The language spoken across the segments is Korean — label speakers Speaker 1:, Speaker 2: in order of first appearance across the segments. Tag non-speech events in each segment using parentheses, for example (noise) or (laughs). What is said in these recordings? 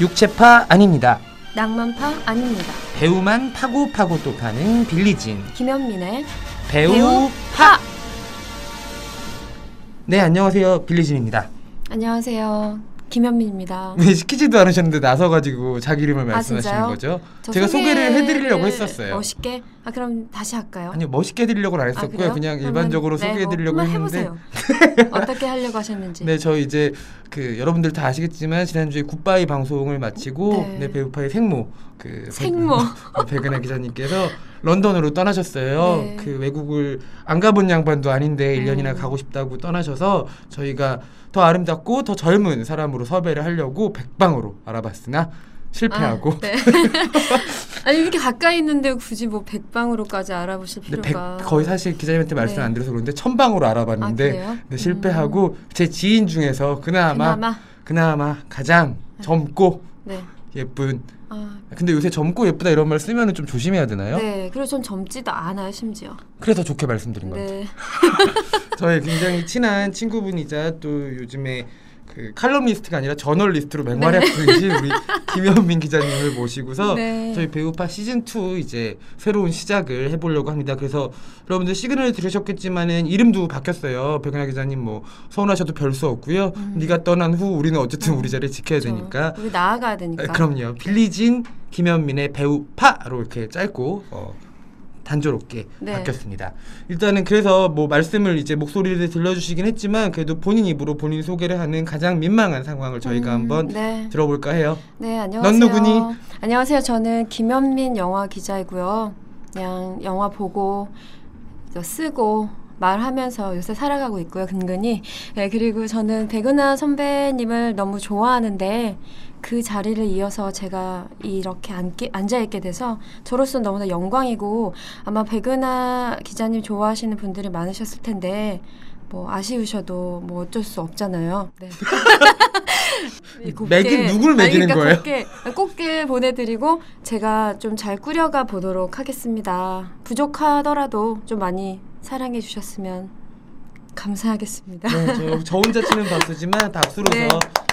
Speaker 1: 육체파 아닙니다.
Speaker 2: 낭만파 아닙니다.
Speaker 1: 배우만 파고 파고 또 파는 빌리진
Speaker 2: 김현민의
Speaker 1: 배우
Speaker 2: 파!
Speaker 1: 네 안녕하세요 빌리진입니다.
Speaker 2: 어. 안녕하세요. 김현민입니다. 아,
Speaker 1: 왜 시키지도 않으셨는데 나서가지고 자기 이름을 말씀하시는
Speaker 2: 진짜요?
Speaker 1: 거죠?
Speaker 2: 저
Speaker 1: 제가 소개를
Speaker 2: 소개를
Speaker 1: 해드리려고 했었어요.
Speaker 2: 멋있게? 아 그럼 다시 할까요?
Speaker 1: 아니요 멋있게 해드리려고 안
Speaker 2: 아,
Speaker 1: 했었고요.
Speaker 2: 그래요?
Speaker 1: 그냥
Speaker 2: 그러면-
Speaker 1: 일반적으로
Speaker 2: 네,
Speaker 1: 소개해드리려고
Speaker 2: 뭐 한번
Speaker 1: 했는데 (laughs)
Speaker 2: 해보세요. 어떻게 하려고 하셨는지.
Speaker 1: 네, 저 이제 그 여러분들 다 아시겠지만 지난주에 굿바이 방송을 마치고
Speaker 2: 네.
Speaker 1: 네, 배우파의 생모 그 (laughs)
Speaker 2: 생모.
Speaker 1: 백- 백은하 기자님께서 런던으로 떠나셨어요.
Speaker 2: 네.
Speaker 1: 그 외국을 안 가본 양반도 아닌데
Speaker 2: 음.
Speaker 1: 1년이나 가고 싶다고 떠나셔서 저희가 더 아름답고 더 젊은 사람으로 섭외를 하려고 백방으로 알아봤으나 실패하고
Speaker 2: 아, 네. (laughs) 아니 이렇게 가까이 있는데 굳이 뭐 백방으로까지 알아보실
Speaker 1: 근데
Speaker 2: 필요가.
Speaker 1: 네,
Speaker 2: 네.
Speaker 1: 백, 거의 사실 기자님한테 말씀 안 드려서 그런데 천방으로
Speaker 2: 아,
Speaker 1: 알아봤는데
Speaker 2: 그래요? 음.
Speaker 1: 네, 실패하고 제 지인 중에서 그나마
Speaker 2: 그나마.
Speaker 1: 그나마 가장 젊고
Speaker 2: 네.
Speaker 1: 예쁜
Speaker 2: 아,
Speaker 1: 근데 요새 젊고 예쁘다 이런 말 쓰면 은좀 조심해야 되나요?
Speaker 2: 네. 그리고 전 젊지도 않아요 심지어.
Speaker 1: 그래서 좋게 말씀드린 겁니다.
Speaker 2: 네.
Speaker 1: 저의 굉장히 친한 친구분이자 또 요즘에 그 칼럼니스트가 아니라 저널리스트로 맹활약 중이신 우리 김현민 기자님을 모시고서
Speaker 2: 네.
Speaker 1: 저희 배우파 시즌 2 이제 새로운 시작을 해보려고 합니다. 그래서 여러분들 시그널 들으셨겠지만은 이름도 바뀌었어요. 백은하 기자님 뭐 서운하셔도 별 수 없고요. 네가 떠난 후 우리는 어쨌든 우리 자리 지켜야
Speaker 2: 음. 그렇죠.
Speaker 1: 되니까
Speaker 2: 우리 나아가야 되니까.
Speaker 1: 아, 그럼요. 빌리진 김현민의 배우 파로 이렇게 짧고 어, 단조롭게
Speaker 2: 네.
Speaker 1: 바뀌었습니다. 일단은 그래서 뭐 말씀을 이제 목소리를 들려주시긴 했지만 그래도 본인 입으로 본인 소개를 하는 가장 민망한 상황을 저희가
Speaker 2: 음,
Speaker 1: 한번
Speaker 2: 네.
Speaker 1: 들어볼까 해요.
Speaker 2: 네, 안녕하세요.
Speaker 1: 누구니?
Speaker 2: 안녕하세요. 저는 김현민 영화 기자이고요. 그냥 영화 보고 또 쓰고 말하면서 요새 살아가고 있고요. 근근히. 네, 그리고 저는 백은하 선배님을 너무 좋아하는데 그 자리를 이어서 제가 이렇게 앉게, 앉아있게 돼서 저로서는 너무나 영광이고 아마 백은하 기자님 좋아하시는 분들이 많으셨을 텐데 뭐 아쉬우셔도 뭐 어쩔 수 없잖아요.
Speaker 1: (laughs)
Speaker 2: 네. 이 곱게-
Speaker 1: 매긴- 누굴 매기는
Speaker 2: 아니, 그러니까
Speaker 1: 거예요?
Speaker 2: 곱게, 곱게 보내드리고 제가 좀 잘 꾸려가 보도록 하겠습니다. 부족하더라도 좀 많이 사랑해 주셨으면 감사하겠습니다.
Speaker 1: 네, 저, 저 혼자 치는 박수지만 박수로서
Speaker 2: 네.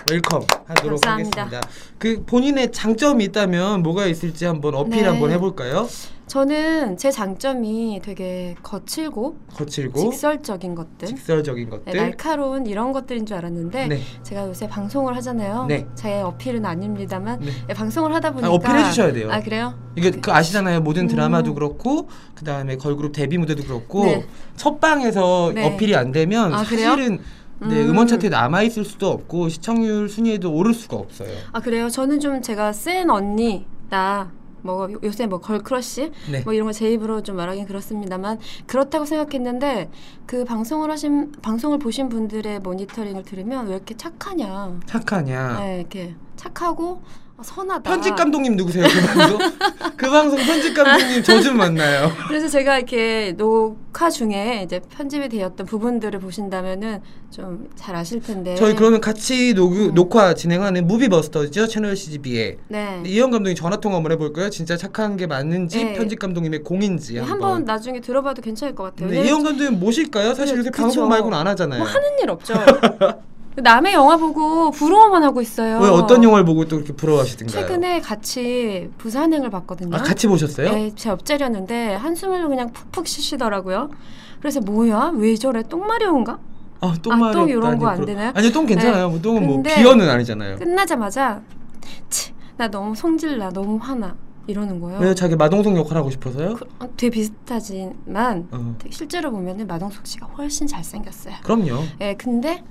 Speaker 1: 웰컴 하도록
Speaker 2: 감사합니다.
Speaker 1: 하겠습니다. 그 본인의 장점이 있다면 뭐가 있을지 한번 어필
Speaker 2: 네.
Speaker 1: 한번 해볼까요?
Speaker 2: 저는 제 장점이 되게 거칠고
Speaker 1: 거칠고
Speaker 2: 직설적인 것들,
Speaker 1: 적인
Speaker 2: 네,
Speaker 1: 것들.
Speaker 2: 날카로운 이런 것들인 줄 알았는데
Speaker 1: 네.
Speaker 2: 제가 요새 방송을 하잖아요.
Speaker 1: 네.
Speaker 2: 제 어필은 아닙니다만
Speaker 1: 네.
Speaker 2: 예, 방송을 하다 보니까
Speaker 1: 어필해 주셔야 돼요.
Speaker 2: 아 그래요?
Speaker 1: 이게 그 아시잖아요. 모든
Speaker 2: 음.
Speaker 1: 드라마도 그렇고 그 다음에 걸그룹 데뷔 무대도 그렇고
Speaker 2: 네.
Speaker 1: 첫 방에서
Speaker 2: 네.
Speaker 1: 어필이 안 되면
Speaker 2: 아, 그래요?
Speaker 1: 사실은 네,
Speaker 2: 음.
Speaker 1: 음원 차트에 남아 있을 수도 없고 시청률 순위에도 오를 수가 없어요.
Speaker 2: 아 그래요? 저는 좀 제가 센 언니 나뭐 요새 뭐 걸크러쉬
Speaker 1: 네.
Speaker 2: 뭐 이런 거 제 입으로 좀 말하긴 그렇습니다만 그렇다고 생각했는데 그 방송을 하신 방송을 보신 분들의 모니터링을 들으면 왜 이렇게 착하냐?
Speaker 1: 착하냐?
Speaker 2: 네, 아. 이렇게 착하고 선하다.
Speaker 1: 아. 편집 감독님 누구세요? 그
Speaker 2: (laughs)
Speaker 1: 방송 그 방송 편집 감독님 저 좀 만나요.
Speaker 2: 그래서 제가 이렇게 녹화 중에 이제 편집이 되었던 부분들을 보신다면은 좀 잘 아실 텐데.
Speaker 1: 저희 그러면 같이 녹,
Speaker 2: 음.
Speaker 1: 녹화 진행하는 무비버스터죠 채널 CGV에
Speaker 2: 네.
Speaker 1: 이현 감독님 전화 통화 한번 해볼까요? 진짜 착한 게 맞는지
Speaker 2: 네.
Speaker 1: 편집 감독님의 공인지 한번.
Speaker 2: 한번 나중에 들어봐도 괜찮을 것 같아요.
Speaker 1: 네, 이현 감독님 모실까요? 사실 요새
Speaker 2: 네, 그쵸.
Speaker 1: 방송 말고는 안 하잖아요.
Speaker 2: 뭐 하는 일 없죠. (laughs) 남의 영화 보고 부러워만 하고 있어요.
Speaker 1: 왜 어떤 영화를 보고 또 그렇게 부러워하시던가요?
Speaker 2: 최근에 같이 부산행을 봤거든요.
Speaker 1: 아 같이 보셨어요?
Speaker 2: 네, 제 옆자리였는데 한숨을 그냥 푹푹 쉬시더라고요. 그래서 뭐야? 왜 저래? 똥마려운가?
Speaker 1: 아
Speaker 2: 아,
Speaker 1: 똥말이
Speaker 2: 똥 이런
Speaker 1: 없다니
Speaker 2: 거안
Speaker 1: 그러-
Speaker 2: 되나요?
Speaker 1: 아니요 똥 괜찮아요. 뭐 똥은 뭐
Speaker 2: 근데-
Speaker 1: 비어는 아니잖아요.
Speaker 2: 끝나자마자 치, 나 너무 성질나, 너무 화나 이러는 거예요.
Speaker 1: 왜 자기 마동석 역할 하고 싶어서요?
Speaker 2: 그, 어, 되게 비슷하지만
Speaker 1: 어.
Speaker 2: 실제로 보면은 마동석 씨가 훨씬 잘생겼어요.
Speaker 1: 그럼요.
Speaker 2: 예, 근데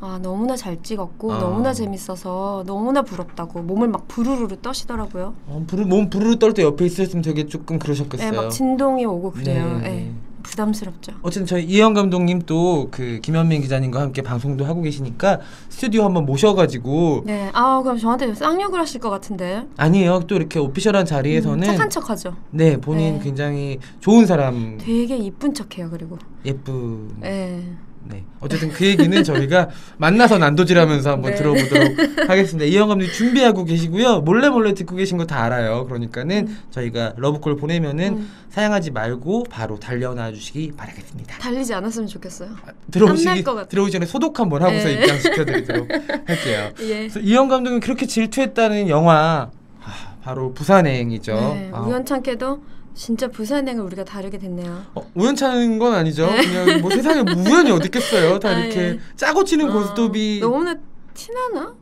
Speaker 2: 아 너무나 잘 찍었고
Speaker 1: 아.
Speaker 2: 너무나 재밌어서 너무나 부럽다고 몸을 막 부르르르 떠시더라고요.
Speaker 1: 어, 부르, 몸 부르르 떨 때 옆에 있었으면 되게 조금 그러셨겠어요.
Speaker 2: 예, 막 진동이 오고 그래요.
Speaker 1: 네.
Speaker 2: 예, 부담스럽죠.
Speaker 1: 어쨌든 저희 이현 감독님 또 그 김현민 기자님과 함께 방송도 하고 계시니까 스튜디오 한번 모셔가지고
Speaker 2: 네, 아 그럼 저한테 쌍욕을 하실 것 같은데
Speaker 1: 아니에요 또 이렇게 오피셜한 자리에서는
Speaker 2: 음, 착한 척하죠.
Speaker 1: 네 본인
Speaker 2: 네.
Speaker 1: 굉장히 좋은 사람
Speaker 2: 되게 이쁜 척해요. 그리고
Speaker 1: 예쁜
Speaker 2: 예,
Speaker 1: 네. 어쨌든 그 얘기는 저희가 만나서 난도질하면서 한번
Speaker 2: 네.
Speaker 1: 들어보도록 하겠습니다. 이영 감독 준비하고 계시고요. 몰래 몰래 듣고 계신 거 다 알아요. 그러니까는 저희가 러브콜 보내면은
Speaker 2: 음.
Speaker 1: 사양하지 말고 바로 달려나 주시기 바라겠습니다.
Speaker 2: 달리지 않았으면 좋겠어요.
Speaker 1: 아,
Speaker 2: 땀날
Speaker 1: 들어오시기
Speaker 2: 것 같아.
Speaker 1: 들어오기 전에 소독 한번 하고서
Speaker 2: 네.
Speaker 1: 입장 시켜드리도록 할게요.
Speaker 2: 예.
Speaker 1: 그래서 이영 감독은 그렇게 질투했다는 영화 아, 바로 부산행이죠.
Speaker 2: 네,
Speaker 1: 아,
Speaker 2: 우연찮게도 진짜 부산행을 우리가 다르게 됐네요.
Speaker 1: 어, 우연찮은 건 아니죠. 그냥 뭐 세상에 우연이 어디 있겠어요. 다
Speaker 2: 네. 아,
Speaker 1: 이렇게
Speaker 2: 예.
Speaker 1: 짜고 치는
Speaker 2: 어,
Speaker 1: 고스톱이
Speaker 2: 너무나 티나나?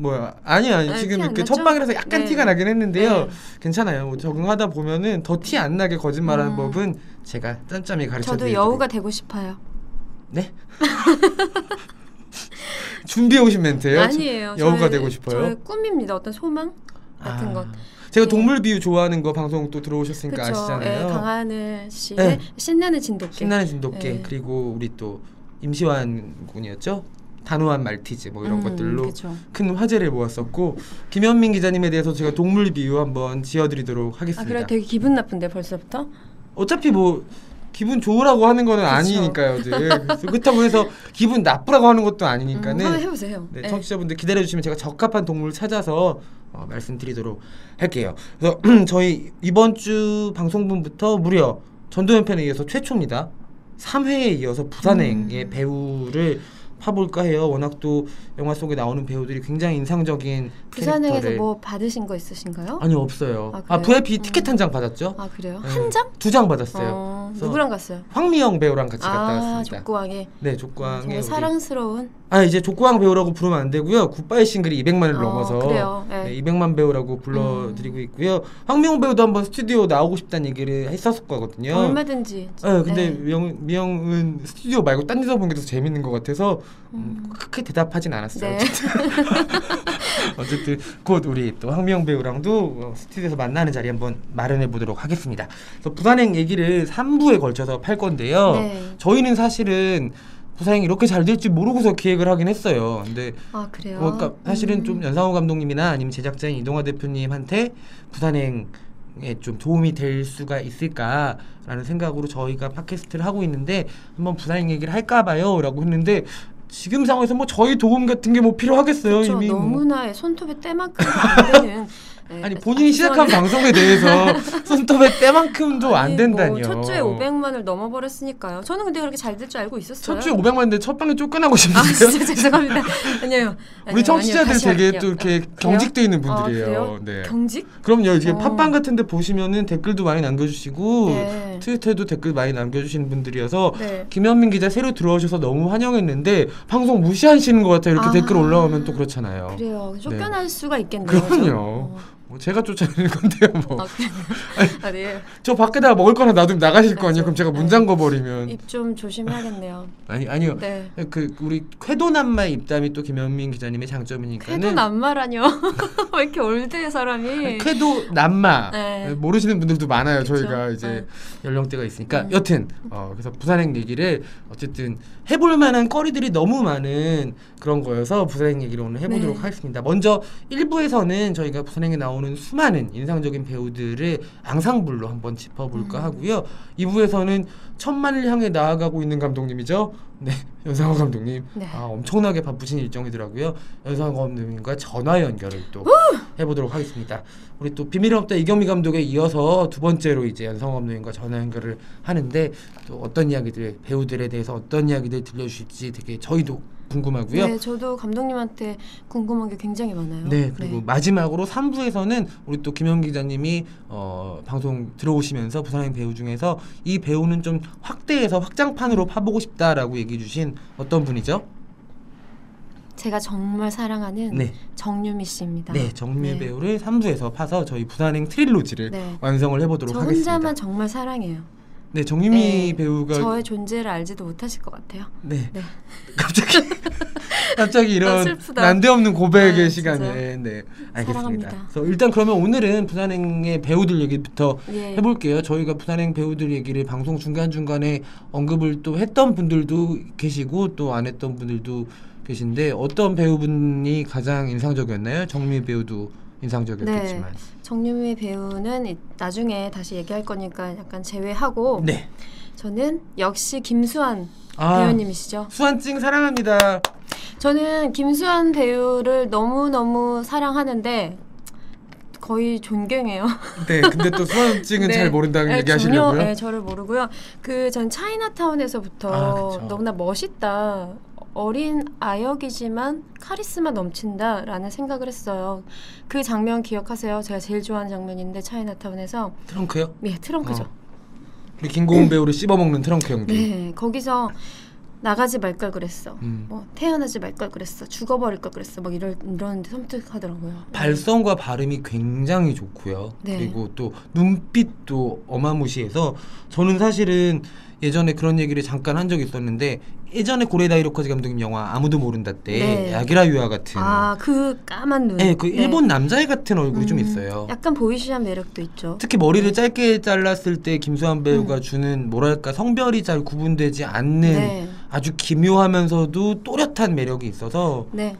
Speaker 1: 뭐야 아니 아니
Speaker 2: 아,
Speaker 1: 지금
Speaker 2: 티안
Speaker 1: 이렇게
Speaker 2: 났죠?
Speaker 1: 첫 방이라서 약간
Speaker 2: 네.
Speaker 1: 티가 나긴 했는데요.
Speaker 2: 네.
Speaker 1: 괜찮아요. 뭐 적응하다 보면은 더 티 안 나게 거짓말하는
Speaker 2: 음.
Speaker 1: 법은 제가 짬짬이 가르쳐
Speaker 2: 저도
Speaker 1: 드리도록.
Speaker 2: 여우가 되고 싶어요.
Speaker 1: 네. (laughs) 준비해 오신 멘트예요.
Speaker 2: 아니에요.
Speaker 1: 여우가
Speaker 2: 저의-
Speaker 1: 되고 싶어요? 아,
Speaker 2: 저의 꿈입니다. 어떤 소망 같은 것.
Speaker 1: 제가
Speaker 2: 예.
Speaker 1: 동물 비유 좋아하는 거 방송 또 들어오셨으니까
Speaker 2: 그렇죠.
Speaker 1: 그러니까 아시잖아요.
Speaker 2: 강하늘 씨의
Speaker 1: 네.
Speaker 2: 신나는 진돗개.
Speaker 1: 신나는 진돗개
Speaker 2: 예.
Speaker 1: 그리고 우리 또 임시완 군이었죠. 단호한 말티즈 뭐 이런
Speaker 2: 음,
Speaker 1: 것들로
Speaker 2: 그쵸.
Speaker 1: 큰 화제를 모았었고 김현민 기자님에 대해서 제가 동물 비유 한번 지어드리도록
Speaker 2: 아
Speaker 1: 하겠습니다.
Speaker 2: 그래 되게 기분 나쁜데 벌써부터?
Speaker 1: 어차피 뭐 기분 좋으라고 하는 거는
Speaker 2: 그쵸.
Speaker 1: 아니니까요. 이제. 그래서 그렇다고 해서 기분 나쁘라고 하는 것도
Speaker 2: 음, 한번
Speaker 1: 아니니까는
Speaker 2: 해보세요.
Speaker 1: 네,
Speaker 2: 네.
Speaker 1: 청취자분들 기다려주시면 제가 적합한 동물을 찾아서 어, 말씀드리도록 할게요. 그래서 (clears throat) 저희 이번 주 방송분부터 무려 전도연편에 이어서 최초입니다. 3회에 이어서 부산행의
Speaker 2: 음.
Speaker 1: 배우를 파볼까 해요. 워낙 또 영화 속에 나오는 배우들이 굉장히 인상적인
Speaker 2: 부산행에서
Speaker 1: 캐릭터를-
Speaker 2: 뭐 받으신 거 있으신가요?
Speaker 1: 아니 없어요.
Speaker 2: 아,
Speaker 1: 아,
Speaker 2: 그래요?
Speaker 1: VIP
Speaker 2: 음.
Speaker 1: 티켓 한 장 받았죠?
Speaker 2: 아 그래요?
Speaker 1: 네.
Speaker 2: 한 장?
Speaker 1: 두 장 받았어요.
Speaker 2: 어,
Speaker 1: 그래서
Speaker 2: 누구랑 갔어요?
Speaker 1: 황미영 배우랑 같이 갔다
Speaker 2: 아
Speaker 1: 왔습니다.
Speaker 2: 족구왕에 음,
Speaker 1: 네,
Speaker 2: 정말
Speaker 1: 족광의 우리-
Speaker 2: 사랑스러운
Speaker 1: 아 이제 족광 배우라고 부르면 안 되고요. 굿바이 싱글이 200만을
Speaker 2: 어,
Speaker 1: 넘어서
Speaker 2: 그래요. 음. 네.
Speaker 1: 네, 200만 배우라고 불러드리고 있고요. 황미영 배우도 한번 스튜디오 나오고 싶다는 얘기를 했었거든요.
Speaker 2: 얼마든지.
Speaker 1: 네, 근데
Speaker 2: 네.
Speaker 1: 미영, 미영은 스튜디오 말고 딴 데서 본 게 더 재밌는 것 같아서 음, 크게 대답하진 않았어요.
Speaker 2: 네.
Speaker 1: 어쨌든. (laughs) 어쨌든 곧 우리 또 황미영 배우랑도 어, 스튜디오에서 만나는 자리 한번 마련해 보도록 하겠습니다. 그래서 부산행 얘기를 3부에 걸쳐서 팔 건데요.
Speaker 2: 네.
Speaker 1: 저희는 사실은 부산행이 이렇게 잘 될지 모르고서 기획을 하긴 했어요. 근데
Speaker 2: 아 그래요.
Speaker 1: 뭐 그러니까 사실은
Speaker 2: 음.
Speaker 1: 좀 연상호 감독님이나 아니면 제작자인 이동화 대표님한테 부산행에 좀 도움이 될 수가 있을까라는 생각으로 저희가 팟캐스트를 하고 있는데 한번 부산행 얘기를 할까봐요라고 했는데 지금 상황에서 뭐 저희 도움 같은 게 뭐 필요하겠어요
Speaker 2: 그쵸,
Speaker 1: 이미 뭐.
Speaker 2: 너무나 예, 손톱에 때만큼 안 되는.
Speaker 1: (laughs)
Speaker 2: 네,
Speaker 1: 아니 본인이 시작한
Speaker 2: 죄송합니다.
Speaker 1: 방송에 대해서 손톱에 때만큼도
Speaker 2: 아니,
Speaker 1: 안 된다니요.
Speaker 2: 뭐, 첫 주에 500만을 넘어버렸으니까요. 저는 근데 그렇게 잘 될 줄 알고
Speaker 1: 첫
Speaker 2: 있었어요.
Speaker 1: 주에 500만인데 첫 방에 쫓겨나고
Speaker 2: 아
Speaker 1: 싶으세요?
Speaker 2: 진짜 (laughs) 죄송합니다. 아니에요. 아니에요,
Speaker 1: 우리 청취자들
Speaker 2: 아니에요. 다시
Speaker 1: 되게
Speaker 2: 할게요.
Speaker 1: 또 이렇게
Speaker 2: 아,
Speaker 1: 경직돼 있는
Speaker 2: 그래요?
Speaker 1: 분들이에요.
Speaker 2: 아, 그래요?
Speaker 1: 네.
Speaker 2: 경직?
Speaker 1: 그럼요. 이제
Speaker 2: 어.
Speaker 1: 팟빵 같은 데 보시면은 댓글도 많이 남겨주시고
Speaker 2: 네.
Speaker 1: 트위터에도 댓글 많이 남겨주시는 분들이어서
Speaker 2: 네.
Speaker 1: 김현민 기자 새로 들어오셔서 너무 환영했는데 방송 무시하시는 것 같아요. 이렇게
Speaker 2: 아.
Speaker 1: 댓글 올라오면 또 그렇잖아요.
Speaker 2: 그래요. 쫓겨날 수가 있겠네요.
Speaker 1: 어. 네.
Speaker 2: 어.
Speaker 1: 그럼요. 뭐 제가 쫓아내는 건데요. 뭐.
Speaker 2: 아, 그래요?
Speaker 1: (laughs)
Speaker 2: 아, 네.
Speaker 1: 저 밖에다가 먹을 거나 놔두면 나가실 거 아니에요. 그럼 제가 문
Speaker 2: 네.
Speaker 1: 잠궈 버리면
Speaker 2: 입 좀 조심해야겠네요.
Speaker 1: 아니 아니요.
Speaker 2: 네.
Speaker 1: 그 우리 쾌도남마 입담이 또 김현민 기자님의 장점이니까는
Speaker 2: 쾌도 남마라뇨. (laughs) 왜 이렇게 올드해 사람이?
Speaker 1: 쾌도 남마
Speaker 2: 네.
Speaker 1: 모르시는 분들도 많아요.
Speaker 2: 예. 그쵸?
Speaker 1: 저희가 이제
Speaker 2: 네.
Speaker 1: 연령대가 있으니까
Speaker 2: 네.
Speaker 1: 여튼 어, 그래서 부산행 얘기를 어쨌든 해볼 만한 거리들이 너무 많은 그런 거여서 부산행 얘기를 오늘 해보도록
Speaker 2: 네.
Speaker 1: 하겠습니다. 먼저 1부에서는 저희가 부산행에 나오는 수많은 인상적인 배우들을 앙상블로 한번 짚어볼까
Speaker 2: 음.
Speaker 1: 하고요. 2부에서는 천만을 향해 나아가고 있는 감독님이죠. 네, (laughs) 연상호 감독님.
Speaker 2: 네.
Speaker 1: 아, 엄청나게 바쁘신 일정이더라고요. 연상호 감독님과 전화 연결을 또 해보도록 하겠습니다. 우리 또 비밀의 없다 이경미 감독에 이어서 두 번째로 이제 연상호 감독님과 전화 연결을 하는데 또 어떤 이야기들 배우들에 대해서 어떤 이야기들 들려주실지 되게 저희도 궁금하고요.
Speaker 2: 네, 저도 감독님한테 궁금한 게 굉장히 많아요.
Speaker 1: 네, 그리고 마지막으로 3부에서는 우리 또 김영 기자님이 어, 방송 들어오시면서 부산행 배우 중에서 이 배우는 좀 확대해서 확장판으로 파보고 싶다라고 얘기해 주신 어떤 분이죠?
Speaker 2: 제가 정말 사랑하는
Speaker 1: 네.
Speaker 2: 정유미 씨입니다.
Speaker 1: 네, 정미
Speaker 2: 네.
Speaker 1: 배우를 3부에서 파서 저희 부산행 트릴로지를
Speaker 2: 네.
Speaker 1: 완성을 해보도록
Speaker 2: 저
Speaker 1: 하겠습니다.
Speaker 2: 혼자만 정말 사랑해요.
Speaker 1: 네, 정유미
Speaker 2: 네,
Speaker 1: 배우가
Speaker 2: 저의 존재를 알지도 못하실 것 같아요.
Speaker 1: 네.
Speaker 2: 네.
Speaker 1: (laughs) 갑자기 갑자기
Speaker 2: 아,
Speaker 1: 이런
Speaker 2: 슬프다.
Speaker 1: 난데없는 고백의
Speaker 2: 아, 진짜.
Speaker 1: 시간에 네 알겠습니다.
Speaker 2: 사랑합니다.
Speaker 1: 그래서 일단 그러면 오늘은 부산행의 배우들 얘기부터
Speaker 2: 예.
Speaker 1: 해볼게요. 저희가 부산행 배우들 얘기를 방송 중간 중간에 언급을 또 했던 분들도 계시고 또 안 했던 분들도 계신데 어떤 배우분이 가장 인상적이었나요? 정미 배우도 인상적이었겠지만
Speaker 2: 네. 정유미 배우는 이- 어. 나중에 다시 얘기할 거니까 약간 제외하고
Speaker 1: 네.
Speaker 2: 저는 역시 김수환
Speaker 1: 아,
Speaker 2: 배우님이시죠.
Speaker 1: 수완찡 사랑합니다.
Speaker 2: 저는 김수환 배우를 너무너무 사랑하는데 거의 존경해요.
Speaker 1: 네, 근데 또 수완찡은
Speaker 2: (laughs) 네.
Speaker 1: 잘 모른다는
Speaker 2: 네,
Speaker 1: 얘기 하시려고요?
Speaker 2: 전혀 네, 저를 모르고요. 그 전 차이나타운에서부터
Speaker 1: 아, 그쵸.
Speaker 2: 너무나 멋있다. 어린 아역이지만 카리스마 넘친다라는 생각을 했어요. 그 장면 기억하세요? 제가 제일 좋아하는 장면인데 차이나타운에서
Speaker 1: 트렁크요?
Speaker 2: 예, 트렁크죠.
Speaker 1: 어. 우리 김고은 배우를 씹어먹는 트렁크 연기.
Speaker 2: 네, 거기서 나가지 말 걸 그랬어.
Speaker 1: 음.
Speaker 2: 뭐 태어나지 말 걸 그랬어. 죽어버릴 걸 그랬어. 막 이럴 이러는데 섬뜩하더라고요.
Speaker 1: 발성과 발음이 굉장히 좋고요.
Speaker 2: 네.
Speaker 1: 그리고 또 눈빛도 어마무시해서 저는 사실은 예전에 그런 얘기를 잠깐 한 적이 있었는데 예전에 고레다 이로카즈 감독님 영화 아무도 모른다 때
Speaker 2: 네.
Speaker 1: 야기라 유아 같은
Speaker 2: 아, 그 까만 눈.
Speaker 1: 네, 그
Speaker 2: 네.
Speaker 1: 일본 남자애 같은 얼굴이 좀
Speaker 2: 음,
Speaker 1: 있어요.
Speaker 2: 약간 보이시한 매력도 있죠.
Speaker 1: 특히 머리를 짧게 잘랐을 때
Speaker 2: 음.
Speaker 1: 김수환 배우가 주는 뭐랄까 성별이 잘 구분되지 않는
Speaker 2: 네.
Speaker 1: 아주 기묘하면서도 또렷한 매력이 있어서
Speaker 2: 네.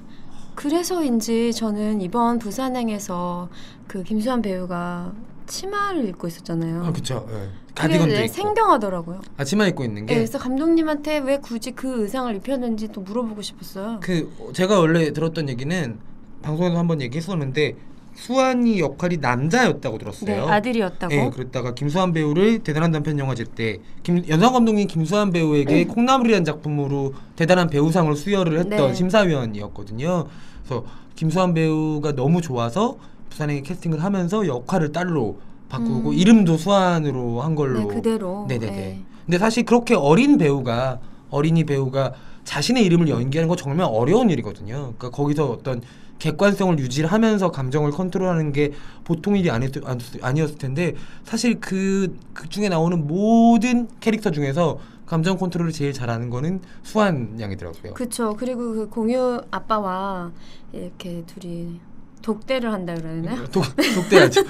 Speaker 2: 그래서인지 저는 이번 부산행에서 그 김수환 배우가 치마를 입고 있었잖아요.
Speaker 1: 아 그쵸 예.
Speaker 2: 그게
Speaker 1: 가디건도
Speaker 2: 네,
Speaker 1: 있고
Speaker 2: 생경하더라고요.
Speaker 1: 아 치마 입고 있는
Speaker 2: 예,
Speaker 1: 게
Speaker 2: 그래서 감독님한테 왜 굳이 그 의상을 입혔는지 또 물어보고 싶었어요.
Speaker 1: 그 어, 제가 원래 들었던 얘기는 방송에서 한번 얘기했었는데 수환이 역할이 남자였다고
Speaker 2: 네,
Speaker 1: 들었어요.
Speaker 2: 아들이었다고.
Speaker 1: 예, 그랬다가 김수환 배우를 대단한 단편 영화제 때 김, 연상 감독인 김수환 배우에게 콩나물이라는 작품으로 대단한 배우상을 수여를 했던
Speaker 2: 네.
Speaker 1: 심사위원이었거든요. 그래서 김수환 배우가 너무 좋아서 부산에 캐스팅을 하면서 역할을 딸로 바꾸고
Speaker 2: 음.
Speaker 1: 이름도 수환으로 한 걸로.
Speaker 2: 네, 그대로.
Speaker 1: 네네네.
Speaker 2: 예.
Speaker 1: 근데 사실 그렇게 어린 배우가 어린이 배우가 자신의 이름을 연기하는 건 정말 어려운 일이거든요. 그러니까 거기서 어떤 객관성을 유지하면서 감정을 컨트롤하는 게 보통 일이 아니, 었을 텐데 사실 그, 그 중에 나오는 모든 캐릭터 중에서 감정 컨트롤을 제일 잘하는 거는 수환 양이더라고요.
Speaker 2: 그쵸. 그리고 그 공유 아빠와 이렇게 둘이 독대를 한다 그러나요?
Speaker 1: (laughs)
Speaker 2: 네.
Speaker 1: 독,
Speaker 2: (laughs)
Speaker 1: 독대하죠. 음.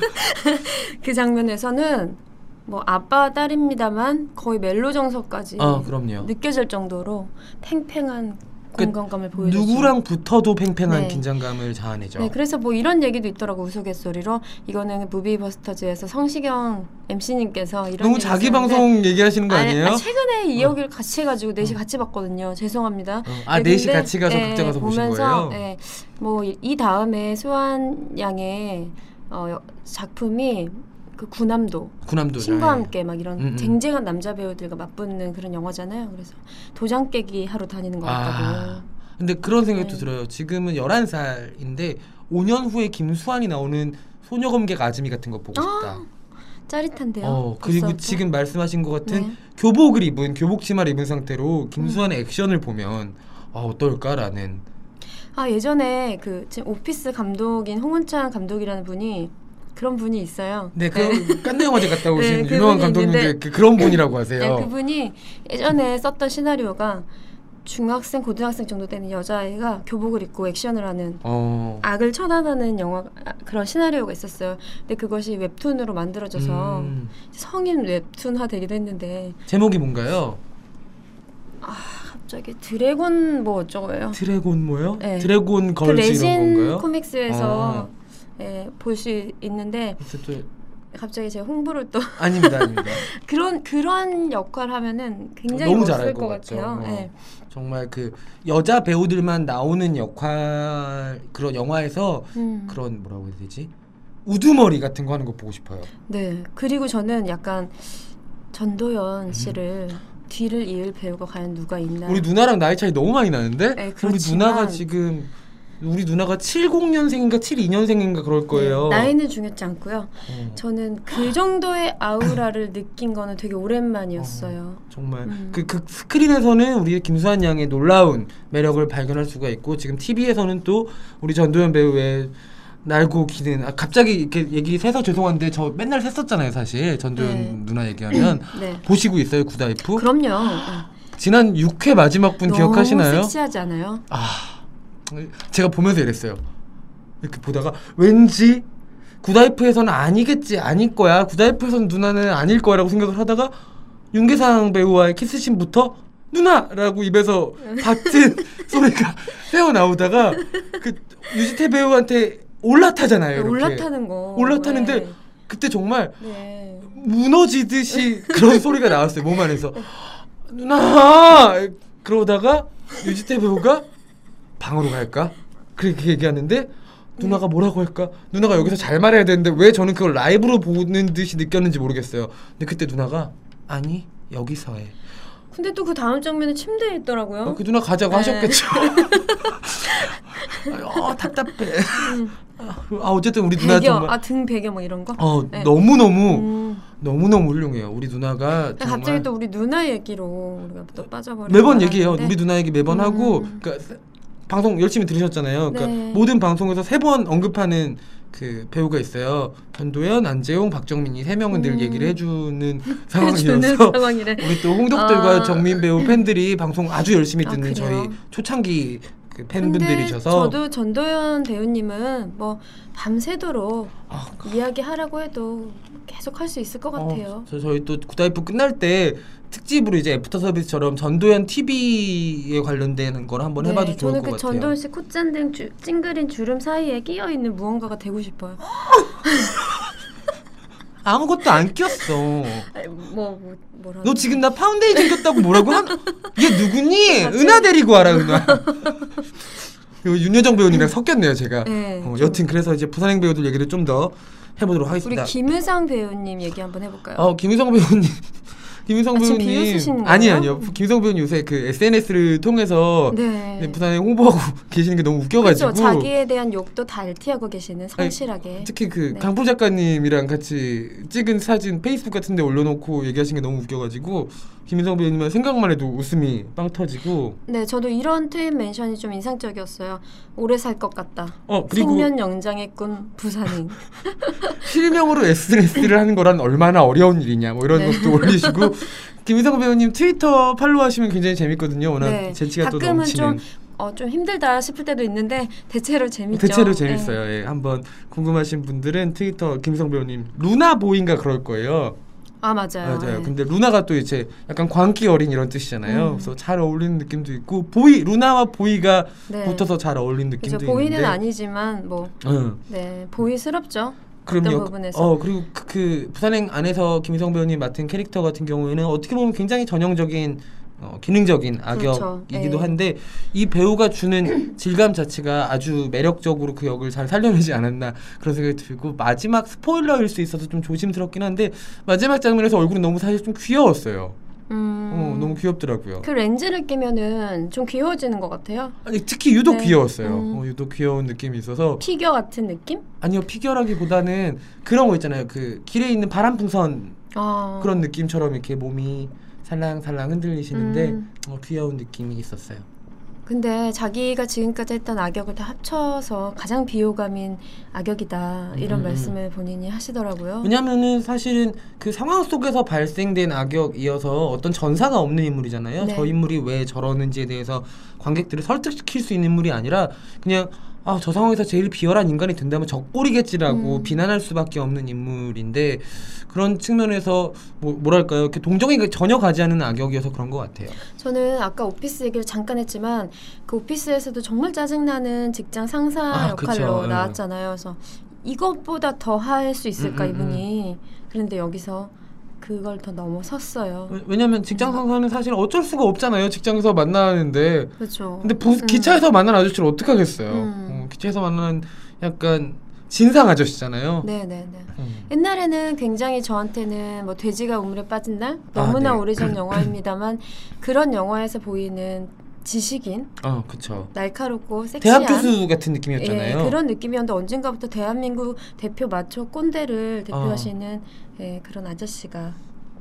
Speaker 2: 그 장면에서는 뭐 아빠 딸입니다만 거의 멜로 정서까지
Speaker 1: 아 그럼요.
Speaker 2: 느껴질 정도로 팽팽한
Speaker 1: 그
Speaker 2: 공간감을 보여줬죠.
Speaker 1: 누구랑 붙어도 팽팽한
Speaker 2: 네.
Speaker 1: 긴장감을 자아내죠.
Speaker 2: 네, 그래서 뭐 이런 얘기도 있더라고 우스갯소리로 이거는 무비버스터즈에서 성시경 MC님께서 이런
Speaker 1: 너무
Speaker 2: 얘기
Speaker 1: 자기
Speaker 2: 하셨는데
Speaker 1: 방송 얘기하시는 거
Speaker 2: 아니, 네.
Speaker 1: 아니에요?
Speaker 2: 아니, 최근에 이 여기를 같이 해가지고 넷이 같이 봤거든요. 죄송합니다.
Speaker 1: 어, 아
Speaker 2: 네,
Speaker 1: 넷이
Speaker 2: 근데,
Speaker 1: 같이 가서
Speaker 2: 예,
Speaker 1: 극장 가서 보신
Speaker 2: 보면서,
Speaker 1: 거예요?
Speaker 2: 예, 뭐이 다음에 수환 양의 어, 여- 작품이 그 구남도
Speaker 1: 군함도
Speaker 2: 신부와 함께 막 이런
Speaker 1: 음, 음.
Speaker 2: 쟁쟁한 남자 배우들과 맞붙는 그런 영화잖아요. 그래서 도장 깨기 하러 다니는 것
Speaker 1: 아,
Speaker 2: 같다고.
Speaker 1: 근데 그런 생각도
Speaker 2: 네.
Speaker 1: 들어요. 지금은 11살인데 5년 후에 김수환이 나오는 소녀검객 아즈미 같은 거 보고 싶다.
Speaker 2: 짜릿한데요.
Speaker 1: 어, 그리고
Speaker 2: 벌써부터?
Speaker 1: 지금 말씀하신 것 같은
Speaker 2: 네. 음.
Speaker 1: 교복을 입은 교복 치마를 입은 상태로 김수환의 액션을 보면 아, 어떨까라는
Speaker 2: 아 예전에 그 지금 오피스 감독인 홍은찬 감독이라는 분이 그런 분이 있어요.
Speaker 1: 네, 그 (laughs) 깐내 영화제 갔다 오신
Speaker 2: 네,
Speaker 1: 유명한
Speaker 2: 그분이
Speaker 1: 감독님들
Speaker 2: 있는데-
Speaker 1: 그, 그런 분이라고
Speaker 2: 네,
Speaker 1: 하세요.
Speaker 2: 그분이 예전에 썼던 시나리오가 중학생 고등학생 정도 되는 여자아이가 교복을 입고 액션을 하는
Speaker 1: 어.
Speaker 2: 악을 처단하는 영화 아, 그런 시나리오가 있었어요. 근데 그것이 웹툰으로 만들어져서
Speaker 1: 음,
Speaker 2: 성인 웹툰화 되기도 했는데
Speaker 1: 제목이 뭔가요?
Speaker 2: 갑자기 드래곤 뭐 어쩌고요.
Speaker 1: 드래곤 뭐요?
Speaker 2: 네.
Speaker 1: 드래곤
Speaker 2: 그
Speaker 1: 걸즈 이런
Speaker 2: 레진
Speaker 1: 건가요?
Speaker 2: 코믹스에서
Speaker 1: 아.
Speaker 2: 예, 볼 수 있는데
Speaker 1: 어쨌든
Speaker 2: 갑자기 제가 홍보를 또 (laughs)
Speaker 1: 아닙니다, 아닙니다.
Speaker 2: 그런 그런 역할 하면은 굉장히
Speaker 1: 너무
Speaker 2: 멋있을
Speaker 1: 잘할
Speaker 2: 것,
Speaker 1: 것 같죠.
Speaker 2: 같아요.
Speaker 1: 어.
Speaker 2: 예.
Speaker 1: 정말 그 여자 배우들만 나오는 역할 그런 영화에서
Speaker 2: 음.
Speaker 1: 그런 뭐라고 해야 되지 우두머리 같은 거 하는 거 보고 싶어요.
Speaker 2: 네. 그리고 저는 약간 전도연 씨를 뒤를 이을 배우가 과연 누가 있나?
Speaker 1: 음. 우리 누나랑 나이 차이 너무 많이 나는데
Speaker 2: 네,
Speaker 1: 우리
Speaker 2: 그렇지만-
Speaker 1: 누나가 지금 우리 누나가 70년생인가 72년생인가 그럴 거예요.
Speaker 2: 네, 나이는 중요치 않고요.
Speaker 1: 어,
Speaker 2: 저는 그 정도의 아우라를 느낀 거는 되게 오랜만이었어요.
Speaker 1: 정말
Speaker 2: 음.
Speaker 1: 그, 그 스크린에서는 우리 김수환 양의 놀라운 매력을 발견할 수가 있고 지금 TV에서는 또 우리 전도연 배우의 날고 기는 아, 갑자기 이렇게 얘기 새서 죄송한데 저 맨날 샜었잖아요 사실 전도연
Speaker 2: 네.
Speaker 1: 누나 얘기하면
Speaker 2: (clears throat) 네.
Speaker 1: 보시고 있어요 구다이프
Speaker 2: 그럼요. 어.
Speaker 1: 지난 6회 마지막 분 기억하시나요?
Speaker 2: 너무 섹시하지 않아요?
Speaker 1: 아 제가 보면서 이랬어요 이렇게 보다가 왠지 구다이프에서는 아니겠지 아닐 거야 구다이프에서는 누나는 아닐 거야라고 생각을 하다가 윤계상 배우와의 키스신부터 누나라고 입에서 (laughs) 같은 소리가 새어 나오다가 그 유지태 배우한테 올라타잖아요 네, 이렇게
Speaker 2: 올라타는 거.
Speaker 1: 올라타는데
Speaker 2: 네.
Speaker 1: 그때 정말
Speaker 2: 네. (laughs)
Speaker 1: 무너지듯이 그런 소리가 나왔어요 몸 안에서 누나 그러다가 유지태 배우가 방으로 갈까 그렇게 얘기하는데 누나가 뭐라고 할까 누나가 여기서 잘 말해야 되는데 왜 저는 그걸 라이브로 보는 듯이 느꼈는지 모르겠어요 근데 그때 누나가 아니 여기서 해.
Speaker 2: 근데 또 그 다음 장면에 침대에 있더라고요.
Speaker 1: 어, 그 누나 가자고
Speaker 2: 네. (laughs)
Speaker 1: 하셨겠죠. 아유, 어, 답답해. 아 어쨌든 우리 누나
Speaker 2: 배경,
Speaker 1: 정말
Speaker 2: 음. 아, 등 배경 뭐 이런 거?
Speaker 1: 어
Speaker 2: 네.
Speaker 1: 너무 너무
Speaker 2: 음.
Speaker 1: 너무 너무 훌륭해요. 우리 누나가
Speaker 2: 그냥
Speaker 1: 정말
Speaker 2: 갑자기 또 우리 누나 얘기로 우리가 또 빠져버려.
Speaker 1: 매번 얘기해요.
Speaker 2: (laughs)
Speaker 1: 우리 누나 얘기 매번
Speaker 2: 음.
Speaker 1: 하고 그러니까 세- 방송 열심히 들으셨잖아요. 그러니까
Speaker 2: 네.
Speaker 1: 모든 방송에서 세 번 언급하는 그 배우가 있어요. 전도연, 안재용, 박정민이 세 명은
Speaker 2: 음.
Speaker 1: 늘 얘기를
Speaker 2: (laughs)
Speaker 1: 해주는
Speaker 2: 주는
Speaker 1: 상황이어서
Speaker 2: 상황이래.
Speaker 1: 우리 또 홍덕들과
Speaker 2: 아.
Speaker 1: 정민 배우 팬들이 방송 아주 열심히
Speaker 2: 아,
Speaker 1: 듣는
Speaker 2: 그래요?
Speaker 1: 저희 초창기 그 (laughs)
Speaker 2: 근데
Speaker 1: 팬분들이셔서
Speaker 2: 저도 전도연 배우님은 뭐 밤새도록
Speaker 1: 아,
Speaker 2: 이야기하라고 해도 계속 할 수 있을 것 같아요.
Speaker 1: 어, 저, 저희 또 굿다이프 끝날 때 특집으로 이제 애프터 서비스처럼 전도연 TV에 관련되는 걸 한번 해봐도 좋을
Speaker 2: 저는
Speaker 1: 것
Speaker 2: 그
Speaker 1: 같아요.
Speaker 2: 전도연 씨 콧잔등 주, 찡그린 주름 사이에 끼어 있는 무언가가 되고 싶어요.
Speaker 1: 아무것도 안 꼈어.
Speaker 2: 아니, 뭐, 뭐 뭐라.
Speaker 1: 너 지금 나 파운데이션 꼈다고 뭐라고 한? 얘 누구니?
Speaker 2: 갑자기-
Speaker 1: 은하 데리고 와라 은하. 이거 윤여정 배우님이랑 섞였네요 제가.
Speaker 2: 네,
Speaker 1: 어,
Speaker 2: 좀.
Speaker 1: 여튼 그래서 이제 부산행 배우들 얘기를 좀 더 해보도록
Speaker 2: 우리
Speaker 1: 하겠습니다.
Speaker 2: 김은상 배우님 얘기 한번 해볼까요?
Speaker 1: 어 김희성 배우님. (laughs) 김희성
Speaker 2: 아, 지금 비웃으시는
Speaker 1: 배우님
Speaker 2: 거예요?
Speaker 1: 아니 아니요 김희성 배우님 요새 그 SNS를 통해서
Speaker 2: 네.
Speaker 1: 네, 부산에 홍보하고 (laughs) 계시는 게 너무 웃겨가지고
Speaker 2: 그렇죠. 자기에 대한 욕도 다 일티하고 계시는 성실하게.
Speaker 1: 특히 그
Speaker 2: 네.
Speaker 1: 강포 작가님이랑 같이 찍은 사진 페이스북 같은 데 올려놓고 얘기하신 게 너무 웃겨가지고 김인성 배우님은 생각만 해도 웃음이 빵 터지고
Speaker 2: 네, 저도 이런 트윗 멘션이 좀 인상적이었어요. 오래 살 것 같다.
Speaker 1: 어 그리고
Speaker 2: 생년 영장의 꿈 부산행.
Speaker 1: 실명으로 SNS를 하는 거란 얼마나 어려운 일이냐 뭐 이런
Speaker 2: 네.
Speaker 1: 것도
Speaker 2: (laughs)
Speaker 1: 올리시고 김인성 배우님 트위터 팔로우하시면 굉장히 재밌거든요 워낙
Speaker 2: 네.
Speaker 1: 재치가 또
Speaker 2: 가끔은
Speaker 1: 넘치는
Speaker 2: 어, 좀 힘들다 싶을 때도 있는데 대체로 재밌죠.
Speaker 1: 대체로
Speaker 2: 네.
Speaker 1: 재밌어요 예. 한번 궁금하신 분들은 트위터 김성 배우님 루나 보인가 그럴 거예요
Speaker 2: 아 맞아요.
Speaker 1: 맞아요.
Speaker 2: 네.
Speaker 1: 근데 루나가 또 이제 약간 광기 어린 이런 뜻이잖아요.
Speaker 2: 음.
Speaker 1: 그래서 잘 어울리는 느낌도 있고 보이 루나와 보이가
Speaker 2: 네.
Speaker 1: 붙어서 잘 어울리는
Speaker 2: 그죠.
Speaker 1: 느낌도
Speaker 2: 보이는
Speaker 1: 있는데.
Speaker 2: 아니지만 뭐
Speaker 1: 응.
Speaker 2: 네, 보이스럽죠.
Speaker 1: 그럼요.
Speaker 2: 부분에서.
Speaker 1: 어 그리고 그, 그 부산행 안에서 김희성 배우님 맡은 캐릭터 같은 경우에는 어떻게 보면 굉장히 전형적인 어, 기능적인
Speaker 2: 그렇죠.
Speaker 1: 악역이기도
Speaker 2: 네.
Speaker 1: 한데 이 배우가 주는 (clears throat) 질감 자체가 아주 매력적으로 그 역을 잘 살려내지 않았나 그런 생각이 들고 마지막 스포일러일 수 있어서 좀 조심스럽긴 한데 마지막 장면에서 얼굴이 너무 사실 좀 귀여웠어요.
Speaker 2: 음.
Speaker 1: 어, 너무 귀엽더라고요.
Speaker 2: 그 렌즈를 끼면은 좀 귀여워지는 것 같아요.
Speaker 1: 아니 특히 유독
Speaker 2: 네.
Speaker 1: 귀여웠어요.
Speaker 2: 음.
Speaker 1: 어, 유독 귀여운 느낌이 있어서
Speaker 2: 피겨 같은 느낌?
Speaker 1: 아니요 피규어라기보다는 그런 거 있잖아요. 그 길에 있는 바람풍선
Speaker 2: 아.
Speaker 1: 그런 느낌처럼 이렇게 몸이 살랑살랑 흔들리시는데
Speaker 2: 음.
Speaker 1: 어, 귀여운 느낌이 있었어요.
Speaker 2: 근데 자기가 지금까지 했던 악역을 다 합쳐서 가장 비호감인 악역이다 이런
Speaker 1: 음, 음.
Speaker 2: 말씀을 본인이 하시더라고요.
Speaker 1: 왜냐면은 사실은 그 상황 속에서 발생된 악역이어서 어떤 전사가 없는 인물이잖아요.
Speaker 2: 네.
Speaker 1: 저 인물이 왜 저러는지에 대해서 관객들을 설득시킬 수 있는 인물이 아니라 그냥 아, 저 상황에서 제일 비열한 인간이 된다면 저 꼴이겠지라고
Speaker 2: 음.
Speaker 1: 비난할 수밖에 없는 인물인데 그런 측면에서 뭐, 뭐랄까요? 이렇게 동정이 전혀 가지 않는 악역이어서 그런 것 같아요.
Speaker 2: 저는 아까 오피스 얘기를 잠깐 했지만 그 오피스에서도 정말 짜증나는 직장 상사
Speaker 1: 아,
Speaker 2: 역할로
Speaker 1: 그쵸. 예.
Speaker 2: 나왔잖아요. 그래서 이것보다 더 할 수 있을까
Speaker 1: 음, 음,
Speaker 2: 이분이 그런데 여기서 그걸 더 넘어섰어요.
Speaker 1: 왜- 왜냐면 직장 상사는 사실 어쩔 수가 없잖아요. 직장에서 만나는데
Speaker 2: 그렇죠.
Speaker 1: 근데 보- 기차에서 만난 아저씨를 어떻게 하겠어요?
Speaker 2: 음.
Speaker 1: 어, 기차에서 만나는 약간 진상 아저씨잖아요.
Speaker 2: 네네네.
Speaker 1: 음.
Speaker 2: 옛날에는 굉장히 저한테는 뭐 돼지가 우물에 빠진 날 너무나
Speaker 1: 아, 네. (clears throat)
Speaker 2: 오래전 영화입니다만 그런 영화에서 보이는 지식인
Speaker 1: 어, 그쵸.
Speaker 2: 날카롭고 섹시한
Speaker 1: 대학 교수 같은 느낌이었잖아요.
Speaker 2: 예, 그런 느낌이었는데 언젠가부터 대한민국 대표 마초 꼰대를 대표하시는
Speaker 1: 아.
Speaker 2: 예, 그런 아저씨가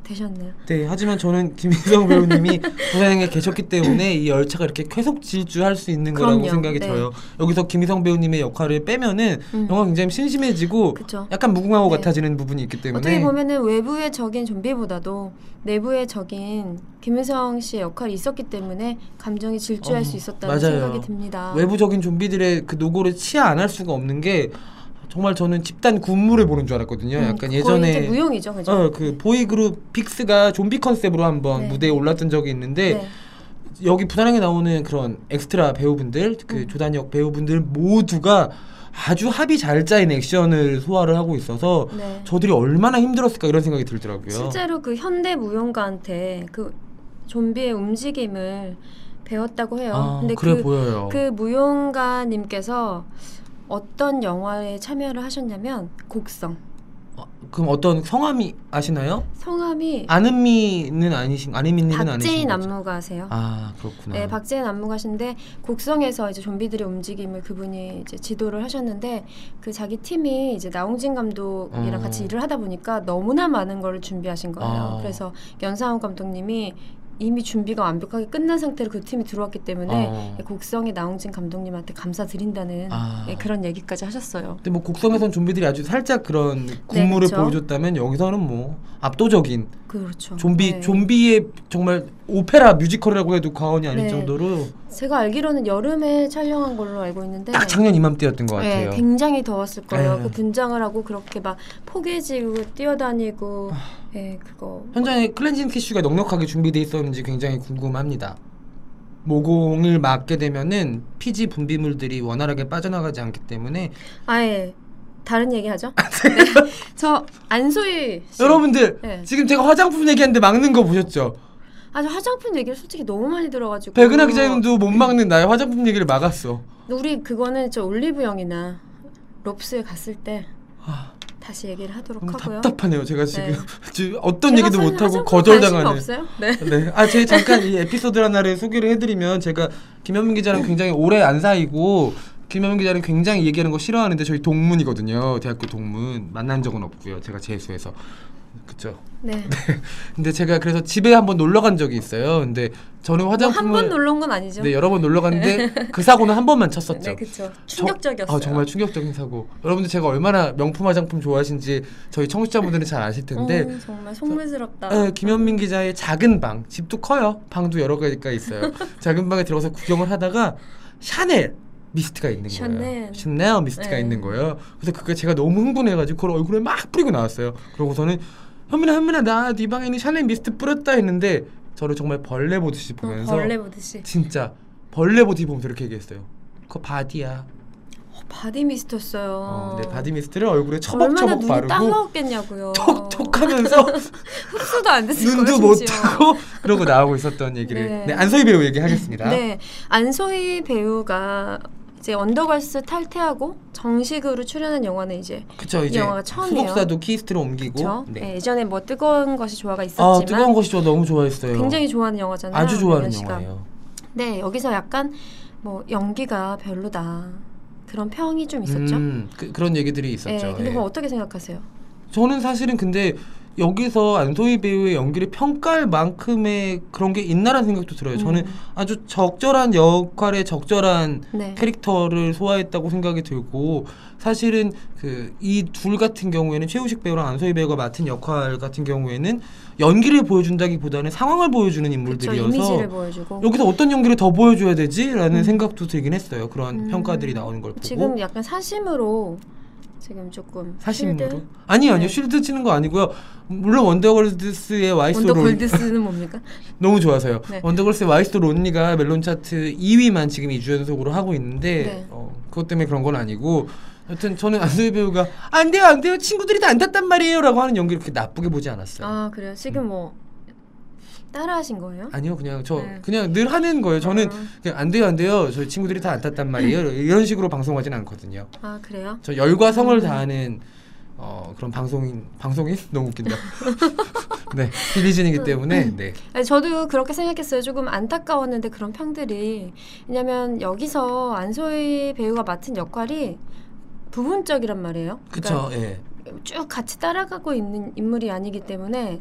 Speaker 2: 되셨네요.
Speaker 1: 네, 하지만 저는 김인성 배우님이 부산에 계셨기 때문에 이 열차가 이렇게 계속 질주할 수 있는 거라고
Speaker 2: 그럼요.
Speaker 1: 생각이
Speaker 2: 네.
Speaker 1: 들어요. 여기서 김인성 배우님의 역할을 빼면은
Speaker 2: 음.
Speaker 1: 영화 가 굉장히 심심해지고
Speaker 2: 그쵸.
Speaker 1: 약간 무궁화호
Speaker 2: 네.
Speaker 1: 같아지는 부분이 있기 때문에
Speaker 2: 어떻게 보면은 외부의 적인 좀비보다도 내부의 적인 김윤성 씨의 역할이 있었기 때문에 감정이 질주할
Speaker 1: 어,
Speaker 2: 수 있었다는
Speaker 1: 맞아요.
Speaker 2: 생각이 듭니다.
Speaker 1: 외부적인 좀비들의 그 노고를 치아 안 할 수가 없는 게 정말 저는 집단 군무를 보는 줄 알았거든요.
Speaker 2: 음,
Speaker 1: 약간
Speaker 2: 거의
Speaker 1: 예전에
Speaker 2: 이제 무용이죠, 그죠?
Speaker 1: 어, 그 보이그룹 빅스가 좀비 컨셉으로 한번
Speaker 2: 네.
Speaker 1: 무대에 올랐던 적이 있는데 여기 부산행에 나오는 그런 엑스트라 배우분들, 그
Speaker 2: 음.
Speaker 1: 조단역 배우분들 모두가 아주 합이 잘 짜인 액션을 소화를 하고 있어서
Speaker 2: 네.
Speaker 1: 저들이 얼마나 힘들었을까 이런 생각이 들더라고요.
Speaker 2: 실제로 그 현대 무용가한테 그 좀비의 움직임을 배웠다고 해요.
Speaker 1: 아,
Speaker 2: 근데
Speaker 1: 그래
Speaker 2: 그,
Speaker 1: 보여요.
Speaker 2: 그 무용가님께서 어떤 영화에 참여를 하셨냐면 곡성
Speaker 1: 어, 그럼 어떤 성함이 아시나요?
Speaker 2: 성함이
Speaker 1: 아는미는 아니신 아는미님은 아니신
Speaker 2: 네. 박재인
Speaker 1: 거죠?
Speaker 2: 안무가세요.
Speaker 1: 아 그렇구나.
Speaker 2: 네, 박재인 안무가신데 곡성에서 이제 좀비들의 움직임을 그분이 이제 지도를 하셨는데 그 자기 팀이 이제 나홍진 감독이랑
Speaker 1: 어.
Speaker 2: 같이 일을 하다 보니까 너무나 많은 걸 준비하신
Speaker 1: 아.
Speaker 2: 거예요. 그래서 연상훈 감독님이 이미 준비가 완벽하게 끝난 상태로 그 팀이 들어왔기 때문에 예,
Speaker 1: 어.
Speaker 2: 곡성의 나홍진 감독님한테 감사드린다는
Speaker 1: 아.
Speaker 2: 예, 그런 얘기까지 하셨어요.
Speaker 1: 근데 뭐 곡성에선 좀비들이 아주 살짝 그런 군무를
Speaker 2: 네, 그쵸.
Speaker 1: 보여줬다면 여기서는 뭐 압도적인
Speaker 2: 그렇죠.
Speaker 1: 좀비
Speaker 2: 네.
Speaker 1: 좀비의 정말 오페라 뮤지컬이라고 해도 과언이 아닐
Speaker 2: 네.
Speaker 1: 정도로
Speaker 2: 제가 알기로는 여름에 촬영한 걸로 알고 있는데
Speaker 1: 딱 작년 이맘때였던 것
Speaker 2: 네,
Speaker 1: 같아요.
Speaker 2: 굉장히 더웠을 거예요.
Speaker 1: 네.
Speaker 2: 그 분장을 하고 그렇게 막 포개지고 뛰어다니고, 예, 그거
Speaker 1: 현장에 클렌징 티슈가 넉넉하게 준비돼 있었는지 굉장히 궁금합니다. 모공을 막게 되면은 피지 분비물들이 원활하게 빠져나가지 않기 때문에
Speaker 2: 아예 다른 얘기 하죠? 네. (laughs) 저 안소희 씨,
Speaker 1: 아, 여러분들
Speaker 2: 네.
Speaker 1: 지금 제가 화장품 얘기하는데 막는 거 보셨죠?
Speaker 2: 아주 화장품 얘기를 솔직히 너무 많이 들어가지고
Speaker 1: 백은하 기자님도 못 막는 나의 화장품 얘기를 막았어.
Speaker 2: 우리 그거는 저 올리브영이나 롭스에 갔을 때
Speaker 1: 아.
Speaker 2: 다시 얘기를 하도록
Speaker 1: 너무
Speaker 2: 하고요.
Speaker 1: 답답하네요. 제가 지금 (laughs) 지금 어떤
Speaker 2: 제가
Speaker 1: 얘기도
Speaker 2: 사실
Speaker 1: 못 하고
Speaker 2: 화장품 관심
Speaker 1: 거절당하는.
Speaker 2: 없어요? 네.
Speaker 1: 네. 아, 제 잠깐 이 에피소드 하나를 소개를 해드리면 제가 김현민 기자랑 굉장히 오래 안 사이고 김현민 기자는 굉장히 얘기하는 거 싫어하는데 저희 동문이거든요. 대학교 동문 만난 적은 없고요. 제가 재수해서 그쵸. (laughs)
Speaker 2: 네.
Speaker 1: 근데 제가 그래서 집에 한번 놀러 간 적이 있어요. 근데 저는 화장품을
Speaker 2: 뭐 한번 놀러 온 건 아니죠?
Speaker 1: 네 여러 번 놀러 갔는데 그 사고는 한 번만 쳤었죠.
Speaker 2: 네, 그렇죠. 충격적이었어요.
Speaker 1: 아, 정말 충격적인 사고. 여러분들 제가 얼마나 명품 화장품 좋아하신지 저희 청취자분들은 잘 아실 텐데
Speaker 2: 어, 정말 속물스럽다.
Speaker 1: 네, 김현민 기자의 작은 방, 집도 커요. 방도 여러 가지가
Speaker 2: (laughs)
Speaker 1: 있어요. 작은 방에 들어가서 구경을 하다가 샤넬 미스트가 있는 거예요.
Speaker 2: 샤넬.
Speaker 1: 샤넬 미스트가
Speaker 2: 네.
Speaker 1: 있는 거예요. 그래서 그게 제가 너무 흥분해가지고 그걸 얼굴에 막 뿌리고 나왔어요. 그러고서는 현민아, 현민아, 나 네 방에 있는 샤넬 미스트 뿌렸다 했는데 저를 정말 벌레 보듯이
Speaker 2: 어,
Speaker 1: 보면서
Speaker 2: 벌레 보듯이.
Speaker 1: 진짜 벌레 보듯이 보면서 이렇게 얘기했어요. 그거 바디야.
Speaker 2: 바디 미스트 써요.
Speaker 1: 어, 네, 바디 미스트를 얼굴에
Speaker 2: 얼마나
Speaker 1: 처벅처벅
Speaker 2: 눈이
Speaker 1: 바르고
Speaker 2: 따가웠겠냐고요.
Speaker 1: 톡톡 하면서
Speaker 2: 흡수도 안 됐을 거예요.
Speaker 1: 눈도 못
Speaker 2: 심지어.
Speaker 1: 하고 (laughs) 그러고 나오고 있었던 얘기를
Speaker 2: 네.
Speaker 1: 네, 안소희 배우 얘기하겠습니다.
Speaker 2: 네, 안소희 배우가 이제 언더걸스 탈퇴하고 정식으로 출연한 영화는 이제
Speaker 1: 그쵸
Speaker 2: 이
Speaker 1: 이제
Speaker 2: 영화가 처음이에요.
Speaker 1: 수복사도 키스트로 옮기고
Speaker 2: 그쵸?
Speaker 1: 네.
Speaker 2: 예, 예전에 뭐 뜨거운 것이 좋아가
Speaker 1: 아
Speaker 2: 있었지만
Speaker 1: 뜨거운 것이 저 너무 좋아했어요.
Speaker 2: 굉장히 좋아하는 영화잖아요.
Speaker 1: 아주 좋아하는
Speaker 2: 이현 씨가.
Speaker 1: 영화예요.
Speaker 2: 네, 여기서 약간 뭐 연기가 별로다 그런 평이 좀 있었죠.
Speaker 1: 음, 그, 그런 얘기들이 있었죠.
Speaker 2: 예, 근데
Speaker 1: 예.
Speaker 2: 그거 어떻게 생각하세요?
Speaker 1: 저는 사실은 근데 여기서 안소희 배우의 연기를 평가할 만큼의 그런 게 있나라는 생각도 들어요. 저는
Speaker 2: 음,
Speaker 1: 아주 적절한 역할에 적절한
Speaker 2: 네.
Speaker 1: 캐릭터를 소화했다고 생각이 들고 사실은 그 이 둘 같은 경우에는 최우식 배우랑 안소희 배우가 맡은 역할 같은 경우에는 연기를 보여준다기보다는 상황을 보여주는
Speaker 2: 그쵸,
Speaker 1: 인물들이어서
Speaker 2: 이미지를 보여주고
Speaker 1: 여기서 어떤 연기를 더 보여줘야 되지라는
Speaker 2: 음.
Speaker 1: 생각도 들긴 했어요. 그런
Speaker 2: 음.
Speaker 1: 평가들이 나오는 걸 보고
Speaker 2: 지금 약간 사심으로 지금 조금
Speaker 1: 뭐? 사심으로
Speaker 2: 쉴드?
Speaker 1: 아니 아니요
Speaker 2: 네.
Speaker 1: 쉴드 치는 거 아니고요. 물론 원더걸스의 와이스로 (laughs)
Speaker 2: 원더골드스는 뭡니까?
Speaker 1: 너무 좋아서요.
Speaker 2: 네.
Speaker 1: 원더걸스의 와이스도 론니가 멜론 차트 2위만 지금 2주 연속으로 하고 있는데
Speaker 2: 네.
Speaker 1: 어, 그것 때문에 그런 건 아니고 여튼 저는 안소희 배우가 안 돼요 안 돼요 친구들이 다 안 탔단 말이에요 라고 하는 연기를 그렇게 나쁘게 보지 않았어요.
Speaker 2: 아 그래요?
Speaker 1: 음.
Speaker 2: 지금 뭐 따라하신 거예요?
Speaker 1: 아니요 그냥 저
Speaker 2: 네.
Speaker 1: 그냥 늘 하는 거예요. 저는
Speaker 2: 아,
Speaker 1: 그냥 안 돼요 안 돼요 저희 친구들이 다 안 탔단 말이에요 이런 식으로 방송하진 않거든요.
Speaker 2: 아 그래요?
Speaker 1: 저 열과 성을
Speaker 2: 음.
Speaker 1: 다하는 어, 그런 방송인 방송인 너무 웃긴다. (laughs) 네 시리즈이기 때문에 네.
Speaker 2: 아니, 저도 그렇게 생각했어요. 조금 안타까웠는데 그런 평들이 왜냐면 여기서 안소희 배우가 맡은 역할이 부분적이란 말이에요.
Speaker 1: 그쵸 예.
Speaker 2: 그러니까 쭉 같이 따라가고 있는 인물이 아니기 때문에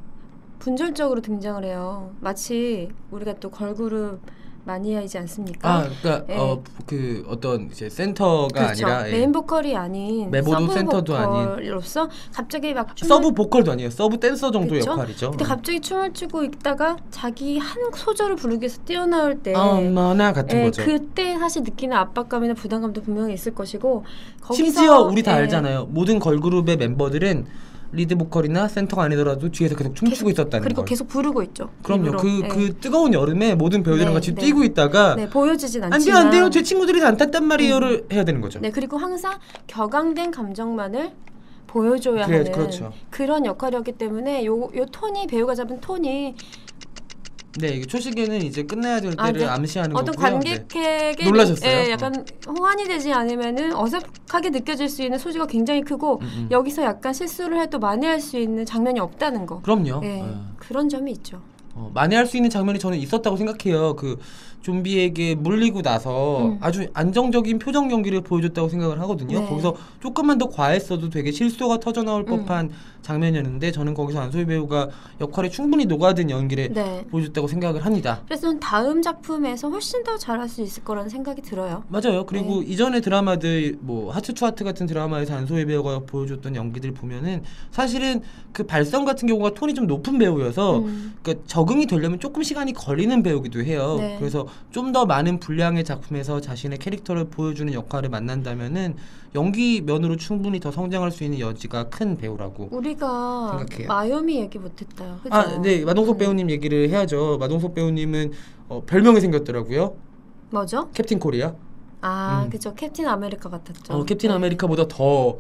Speaker 2: 분절적으로 등장을 해요. 마치 우리가 또 걸그룹 마니아이지 않습니까?
Speaker 1: 아, 그러니까
Speaker 2: 예.
Speaker 1: 어, 그 어떤 이제 센터가
Speaker 2: 그렇죠.
Speaker 1: 아니라 예.
Speaker 2: 메인 보컬이 아닌
Speaker 1: 메모도
Speaker 2: 서브
Speaker 1: 센터도
Speaker 2: 보컬로서 갑자기 막 춤을
Speaker 1: 서브 보컬도 아니에요. 서브 댄서 정도 의
Speaker 2: 그쵸?
Speaker 1: 역할이죠.
Speaker 2: 근데 갑자기 춤을 추고 있다가 자기 한 소절을 부르기 위해서 뛰어나올 때
Speaker 1: 음. 엄마나 아, 같은
Speaker 2: 예,
Speaker 1: 거죠.
Speaker 2: 그때 사실 느끼는 압박감이나 부담감도 분명히 있을 것이고 거기서
Speaker 1: 심지어 우리 다
Speaker 2: 예,
Speaker 1: 알잖아요. 모든 걸그룹의 멤버들은 리드 보컬이나 센터가 아니더라도 뒤에서 계속 춤추고 있었다는
Speaker 2: 그리고
Speaker 1: 걸.
Speaker 2: 계속 부르고 있죠.
Speaker 1: 그럼요.
Speaker 2: 일부러.
Speaker 1: 그 그
Speaker 2: 예.
Speaker 1: 뜨거운 여름에 모든 배우들이랑
Speaker 2: 네,
Speaker 1: 같이
Speaker 2: 네.
Speaker 1: 뛰고 있다가
Speaker 2: 네, 보여지진
Speaker 1: 안 돼요,
Speaker 2: 않지만
Speaker 1: 안 돼요. 제 친구들이 다 안 탔단 말이에요를 해야 되는 거죠.
Speaker 2: 네, 그리고 항상 격앙된 감정만을 보여줘야
Speaker 1: 그래,
Speaker 2: 하는
Speaker 1: 그렇죠.
Speaker 2: 그런 역할이었기 때문에 요, 요 톤이 배우가 잡은 톤이
Speaker 1: 네, 이게 초식에는 이제 끝내야 될
Speaker 2: 아,
Speaker 1: 때를
Speaker 2: 네.
Speaker 1: 암시하는
Speaker 2: 어떤
Speaker 1: 거고요. 네.
Speaker 2: 관객에게
Speaker 1: 놀라셨어요?
Speaker 2: 예, 약간 호환이 되지 않으면은 어색하게 느껴질 수 있는 소지가 굉장히 크고
Speaker 1: 음, 음.
Speaker 2: 여기서 약간 실수를 해도 만회할 수 있는 장면이 없다는 거.
Speaker 1: 그럼요.
Speaker 2: 예,
Speaker 1: 예.
Speaker 2: 그런 점이 있죠.
Speaker 1: 어, 만회할 수 있는 장면이 저는 있었다고 생각해요. 그 좀비에게 물리고 나서
Speaker 2: 음.
Speaker 1: 아주 안정적인 표정 연기를 보여줬다고 생각을 하거든요.
Speaker 2: 네.
Speaker 1: 거기서 조금만 더 과했어도 되게 실수가 터져 나올
Speaker 2: 음.
Speaker 1: 법한 장면이었는데 저는 거기서 안소희 배우가 역할에 충분히 녹아든 연기를
Speaker 2: 네.
Speaker 1: 보여줬다고 생각을 합니다.
Speaker 2: 그래서 저는 다음 작품에서 훨씬 더 잘할 수 있을 거라는 생각이 들어요.
Speaker 1: 맞아요. 그리고
Speaker 2: 네.
Speaker 1: 이전의 드라마들 뭐 하트 투 하트 같은 드라마에서 안소희 배우가 보여줬던 연기들 보면은 사실은 그 발성 같은 경우가 톤이 좀 높은 배우여서
Speaker 2: 음.
Speaker 1: 그러니까 적응이 되려면 조금 시간이 걸리는 배우기도 해요.
Speaker 2: 네.
Speaker 1: 그래서 좀 더 많은 분량의 작품에서 자신의 캐릭터를 보여주는 역할을 만난다면은 연기 면으로 충분히 더 성장할 수 있는 여지가 큰 배우라고.
Speaker 2: 우리가
Speaker 1: 생각해요.
Speaker 2: 마요미 얘기 못했다. 그죠?
Speaker 1: 아, 네 마동석
Speaker 2: 음.
Speaker 1: 배우님 얘기를 해야죠. 마동석 배우님은 어, 별명이 생겼더라고요.
Speaker 2: 뭐죠?
Speaker 1: 캡틴 코리아.
Speaker 2: 아,
Speaker 1: 음.
Speaker 2: 그죠. 캡틴 아메리카 같았죠. 네.
Speaker 1: 어, 캡틴 아메리카보다 더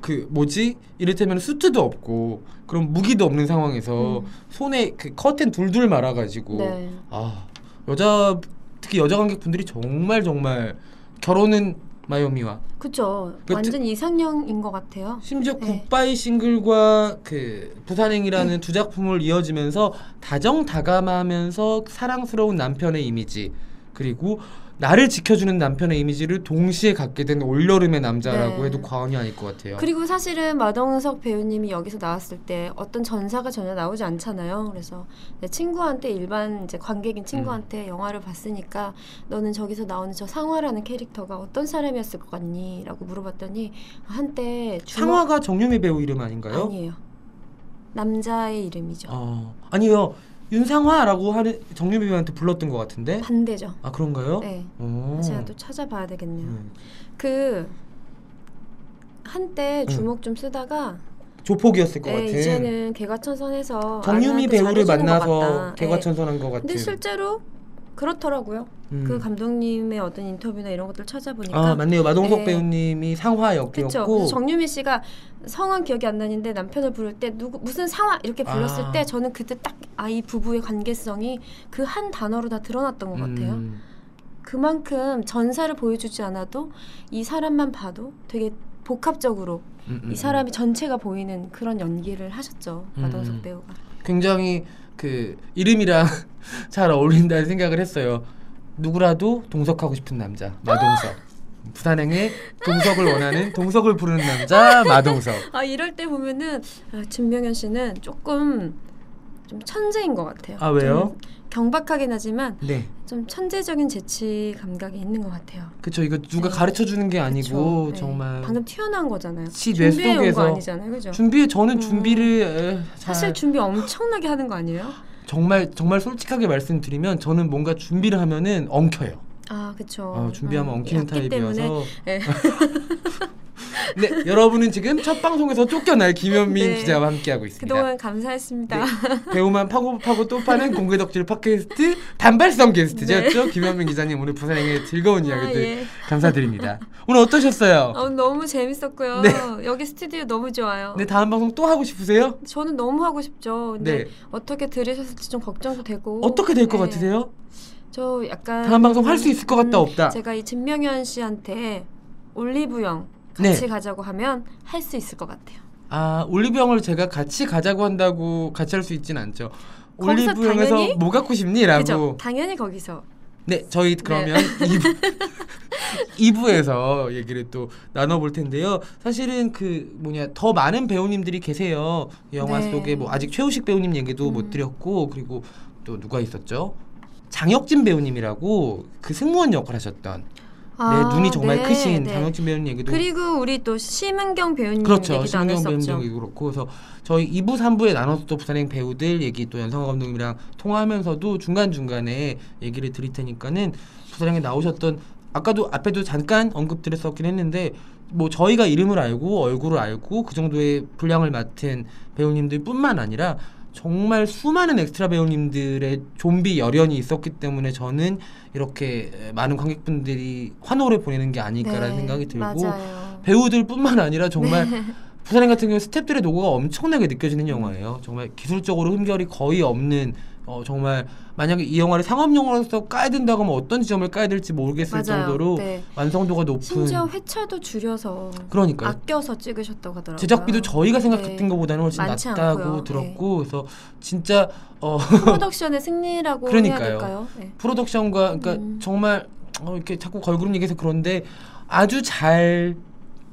Speaker 1: 그 뭐지 이를테면 수트도 없고 그런 무기도 없는 상황에서
Speaker 2: 음.
Speaker 1: 손에 그 커튼 둘둘 말아가지고
Speaker 2: 네.
Speaker 1: 아 여자 특히 여자 관객분들이 정말 정말 결혼은 마요미와
Speaker 2: 그죠.
Speaker 1: 그
Speaker 2: 완전 이상형인 것 같아요.
Speaker 1: 심지어
Speaker 2: 네.
Speaker 1: 굿바이 싱글과 그 부산행이라는 두 작품을 이어지면서 다정다감하면서 사랑스러운 남편의 이미지 그리고 나를 지켜주는 남편의 이미지를 동시에 갖게 된 올여름의 남자라고
Speaker 2: 네.
Speaker 1: 해도 과언이 아닐 것 같아요.
Speaker 2: 그리고 사실은 마동석 배우님이 여기서 나왔을 때 어떤 전사가 전혀 나오지 않잖아요. 그래서 내 친구한테 일반 이제 관객인 친구한테
Speaker 1: 음.
Speaker 2: 영화를 봤으니까 너는 저기서 나오는 저 상화라는 캐릭터가 어떤 사람이었을 것 같니?라고 물어봤더니 한때 주먹-
Speaker 1: 상화가 정유미 배우 이름 아닌가요?
Speaker 2: 아니에요. 남자의 이름이죠.
Speaker 1: 어, 아니요. 윤상화라고 하는 정유미 배우한테 불렀던 것 같은데.
Speaker 2: 반대죠.
Speaker 1: 아 그런가요?
Speaker 2: 네.
Speaker 1: 오.
Speaker 2: 제가 또 찾아봐야 되겠네요.
Speaker 1: 어. 음.
Speaker 2: 그 한때
Speaker 1: 음.
Speaker 2: 주먹 좀 쓰다가
Speaker 1: 조폭이었을 것
Speaker 2: 네,
Speaker 1: 같은.
Speaker 2: 이제는 개과천선해서
Speaker 1: 정유미
Speaker 2: 아내한테
Speaker 1: 배우를
Speaker 2: 잘해주는 것
Speaker 1: 만나서
Speaker 2: 같다. 네.
Speaker 1: 개과천선한 것 같은.
Speaker 2: 근데 실제로 그렇더라고요.
Speaker 1: 음.
Speaker 2: 그 감독님의 어떤 인터뷰나 이런 것들 찾아보니까
Speaker 1: 아 맞네요. 마동석
Speaker 2: 네.
Speaker 1: 배우님이 상화
Speaker 2: 그렇죠. 그래서
Speaker 1: 역이었고.
Speaker 2: 정유미 씨가 성은 기억이 안 나는데 남편을 부를 때 누구 무슨 상황 이렇게 불렀을
Speaker 1: 아.
Speaker 2: 때 저는 그때 딱 아 이 부부의 관계성이 그 한 단어로 다 드러났던 것 같아요.
Speaker 1: 음.
Speaker 2: 그만큼 전사를 보여주지 않아도 이 사람만 봐도 되게 복합적으로
Speaker 1: 음, 음,
Speaker 2: 이 사람이 전체가 보이는 그런 연기를 하셨죠 마동석
Speaker 1: 음.
Speaker 2: 배우가.
Speaker 1: 음. 굉장히 그 이름이랑 (laughs) 잘 어울린다는 생각을 했어요. 누구라도 동석하고 싶은 남자
Speaker 2: (laughs)
Speaker 1: 마동석. 부산행의 동석을 원하는 동석을 부르는 남자 마동석.
Speaker 2: 아 이럴 때 보면은 아, 진명현 씨는 조금 좀 천재인 것 같아요.
Speaker 1: 아 왜요?
Speaker 2: 좀 경박하긴 하지만
Speaker 1: 네.
Speaker 2: 좀 천재적인 재치 감각이 있는 것 같아요.
Speaker 1: 그쵸 이거 누가
Speaker 2: 네.
Speaker 1: 가르쳐 주는 게 아니고
Speaker 2: 그쵸? 네.
Speaker 1: 정말
Speaker 2: 방금 튀어나온 거잖아요.
Speaker 1: 지뇌
Speaker 2: 준비해 온 거
Speaker 1: 속에서
Speaker 2: 아니잖아요, 그죠?
Speaker 1: 준비 저는
Speaker 2: 음.
Speaker 1: 준비를 에, 잘
Speaker 2: 사실 준비 엄청나게 하는 거 아니에요?
Speaker 1: 정말 정말 솔직하게 말씀드리면 저는 뭔가 준비를 하면은 엉켜요.
Speaker 2: 아 그렇죠.
Speaker 1: 어, 준비하면 엉키는 타입이어서.
Speaker 2: 예.
Speaker 1: (laughs) 네 여러분은 지금 첫 방송에서 쫓겨날 김현민
Speaker 2: 네.
Speaker 1: 기자와 함께하고 있습니다.
Speaker 2: 그동안 (laughs) 감사했습니다.
Speaker 1: 네, 배우만 파고 파고 또 파는 공개덕질 팟캐스트 단발성 게스트였죠. 김현민 기자님 오늘 부산행의 즐거운
Speaker 2: 네. 아,
Speaker 1: 이야기들
Speaker 2: 예.
Speaker 1: 감사드립니다. 오늘 어떠셨어요?
Speaker 2: 어, 너무 재밌었고요.
Speaker 1: 네.
Speaker 2: 여기 스튜디오 너무 좋아요.
Speaker 1: 네 다음 방송 또 하고 싶으세요?
Speaker 2: 저는 너무 하고 싶죠. 근데
Speaker 1: 네.
Speaker 2: 어떻게 들으셨을지 좀 걱정도 되고.
Speaker 1: 어떻게 될 것
Speaker 2: 네.
Speaker 1: 같으세요?
Speaker 2: 저 약간
Speaker 1: 다음 방송 할 수 있을 것 같다
Speaker 2: 음,
Speaker 1: 없다.
Speaker 2: 제가 이 진명현 씨한테 올리브영
Speaker 1: 네.
Speaker 2: 같이 가자고 하면 할 수 있을 것 같아요.
Speaker 1: 아 올리브영을 제가 같이 가자고 한다고 같이 할 수 있진 않죠.
Speaker 2: 거기서
Speaker 1: 올리브영에서
Speaker 2: 당연히?
Speaker 1: 뭐 갖고 싶니라고.
Speaker 2: 그죠? 당연히 거기서.
Speaker 1: 네 저희 그러면 (laughs) 이 2부, 에서 얘기를 또 나눠볼 텐데요. 사실은 그 뭐냐 더 많은 배우님들이 계세요. 영화
Speaker 2: 네.
Speaker 1: 속에 뭐 아직 최우식 배우님 얘기도 못
Speaker 2: 음.
Speaker 1: 드렸고 그리고 또 누가 있었죠? 장혁진 배우님이라고 그 승무원 역할 하셨던 네, 눈이 정말
Speaker 2: 네,
Speaker 1: 크신
Speaker 2: 네.
Speaker 1: 장혁진 배우님 얘기도
Speaker 2: 그리고 우리 또 심은경 배우님
Speaker 1: 그렇죠.
Speaker 2: 얘기도 안
Speaker 1: 신경
Speaker 2: 했었죠.
Speaker 1: 배우님도 그렇고 그래서 저희 2부, 3부에 나눠서 또 부산행 배우들 얘기 또 연성화 감독님이랑 통화하면서도 중간 중간에 얘기를 드릴 테니까는 부산행에 나오셨던 아까도 앞에도 잠깐 언급드렸었긴 했는데 뭐 저희가 이름을 알고 얼굴을 알고 그 정도의 분량을 맡은 배우님들뿐만 아니라 정말 수많은 엑스트라 배우님들의 좀비 열연이 있었기 때문에 저는 이렇게 많은 관객분들이 환호를 보내는 게 아닐까라는
Speaker 2: 네,
Speaker 1: 생각이 들고
Speaker 2: 맞아요.
Speaker 1: 배우들뿐만 아니라 정말
Speaker 2: 네.
Speaker 1: 부산행 같은 경우 스태프들의 노고가 엄청나게 느껴지는 영화예요. 정말 기술적으로 흠결이 거의 없는 어, 정말 만약에 이 영화를 상업 영화로서 까야 된다고 하면 어떤 지점을 까야 될지 모르겠을
Speaker 2: 맞아요.
Speaker 1: 정도로
Speaker 2: 네.
Speaker 1: 완성도가 높은
Speaker 2: 심지어 회차도 줄여서
Speaker 1: 그러니까요.
Speaker 2: 아껴서 찍으셨다고 하더라고요.
Speaker 1: 제작비도 저희가 생각했던
Speaker 2: 네.
Speaker 1: 것보다는 훨씬
Speaker 2: 많지
Speaker 1: 낮다고
Speaker 2: 않고요. 네.
Speaker 1: 들었고 그래서 진짜 어, (laughs)
Speaker 2: 프로덕션의 승리라고 해야
Speaker 1: 그러니까요.
Speaker 2: 될까요? 네.
Speaker 1: 프로덕션과 그러니까
Speaker 2: 음.
Speaker 1: 정말 어, 이렇게 자꾸 걸그룹 얘기해서 그런데 아주 잘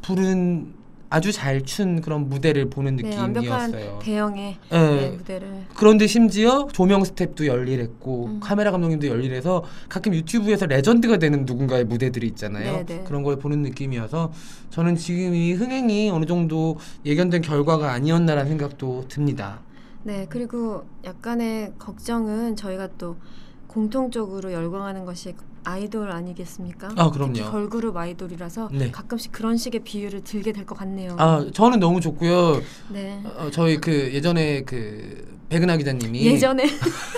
Speaker 1: 부른 아주 잘 춘 그런 무대를 보는
Speaker 2: 네,
Speaker 1: 느낌이었어요.
Speaker 2: 완벽한 대형의
Speaker 1: 예.
Speaker 2: 네, 무대를
Speaker 1: 그런데 심지어 조명 스텝도 열일했고
Speaker 2: 음.
Speaker 1: 카메라 감독님도 열일해서 가끔 유튜브에서 레전드가 되는 누군가의 무대들이 있잖아요.
Speaker 2: 네, 네.
Speaker 1: 그런 걸 보는 느낌이어서 저는 지금 이 흥행이 어느 정도 예견된 결과가 아니었나라는 생각도 듭니다.
Speaker 2: 네 그리고 약간의 걱정은 저희가 또 공통적으로 열광하는 것이 아이돌 아니겠습니까?
Speaker 1: 아, 그럼요.
Speaker 2: 특히 걸그룹 아이돌이라서
Speaker 1: 네.
Speaker 2: 가끔씩 그런 식의 비유를 들게 될 것 같네요.
Speaker 1: 아 저는 너무 좋고요.
Speaker 2: 네.
Speaker 1: 어, 저희 그 예전에 그 백은하 기자님이
Speaker 2: 예전에 (laughs)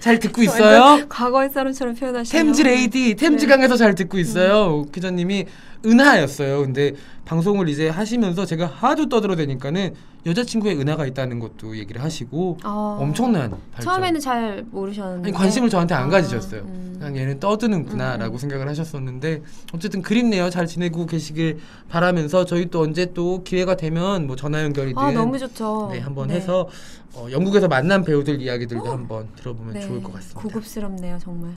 Speaker 1: 잘 듣고 있어요.
Speaker 2: 완전 과거의 사람처럼 표현하시네요.
Speaker 1: 템즈 레이디 템즈강에서 잘 듣고 있어요. 기자님이 은하였어요. 근데 방송을 이제 하시면서 제가 하도 떠들어대니까는 여자친구의 은하가 있다는 것도 얘기를 하시고
Speaker 2: 어,
Speaker 1: 엄청난 발전.
Speaker 2: 처음에는 잘 모르셨는데
Speaker 1: 아니, 관심을 저한테 안
Speaker 2: 아,
Speaker 1: 가지셨어요.
Speaker 2: 음.
Speaker 1: 그냥 얘는 떠드는구나라고
Speaker 2: 음, 음.
Speaker 1: 생각을 하셨었는데 어쨌든 그립네요. 잘 지내고 계시길 바라면서 저희 또 언제 또 기회가 되면 뭐 전화 연결이든
Speaker 2: 아 너무 좋죠.
Speaker 1: 네, 한번 해서 어, 영국에서 만난 배우들 이야기들도 한번 들어보면
Speaker 2: 네,
Speaker 1: 좋을 것 같습니다.
Speaker 2: 고급스럽네요 정말.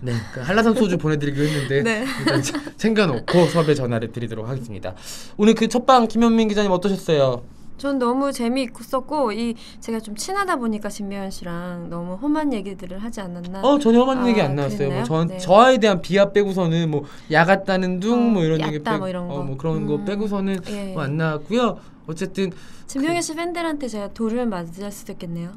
Speaker 1: 네, 그 한라산 소주 보내드리기로 했는데
Speaker 2: 네.
Speaker 1: 일단 차- 챙겨놓고 섭외 전화를 드리도록 하겠습니다. 오늘 그 첫방 김현민 기자님 어떠셨어요?
Speaker 2: 전 너무 재미있었고 이 제가 좀 친하다 보니까 진미연 씨랑 너무 험한 얘기들을 하지 않았나.
Speaker 1: 어 전혀 험한
Speaker 2: 아,
Speaker 1: 얘기 안 나왔어요. 뭐
Speaker 2: 그랬나요?
Speaker 1: 전,
Speaker 2: 네.
Speaker 1: 저에 대한 비하 빼고서는 뭐 야갔다는 둥 뭐
Speaker 2: 어,
Speaker 1: 이런 얘기
Speaker 2: 얕다
Speaker 1: 빼고
Speaker 2: 뭐 이런
Speaker 1: 어,
Speaker 2: 거.
Speaker 1: 뭐 그런 거
Speaker 2: 음.
Speaker 1: 빼고서는
Speaker 2: 예.
Speaker 1: 뭐안 나왔고요. 어쨌든 그
Speaker 2: 진명현 씨 팬들한테 제가 돌을 맞을 수도 있겠네요.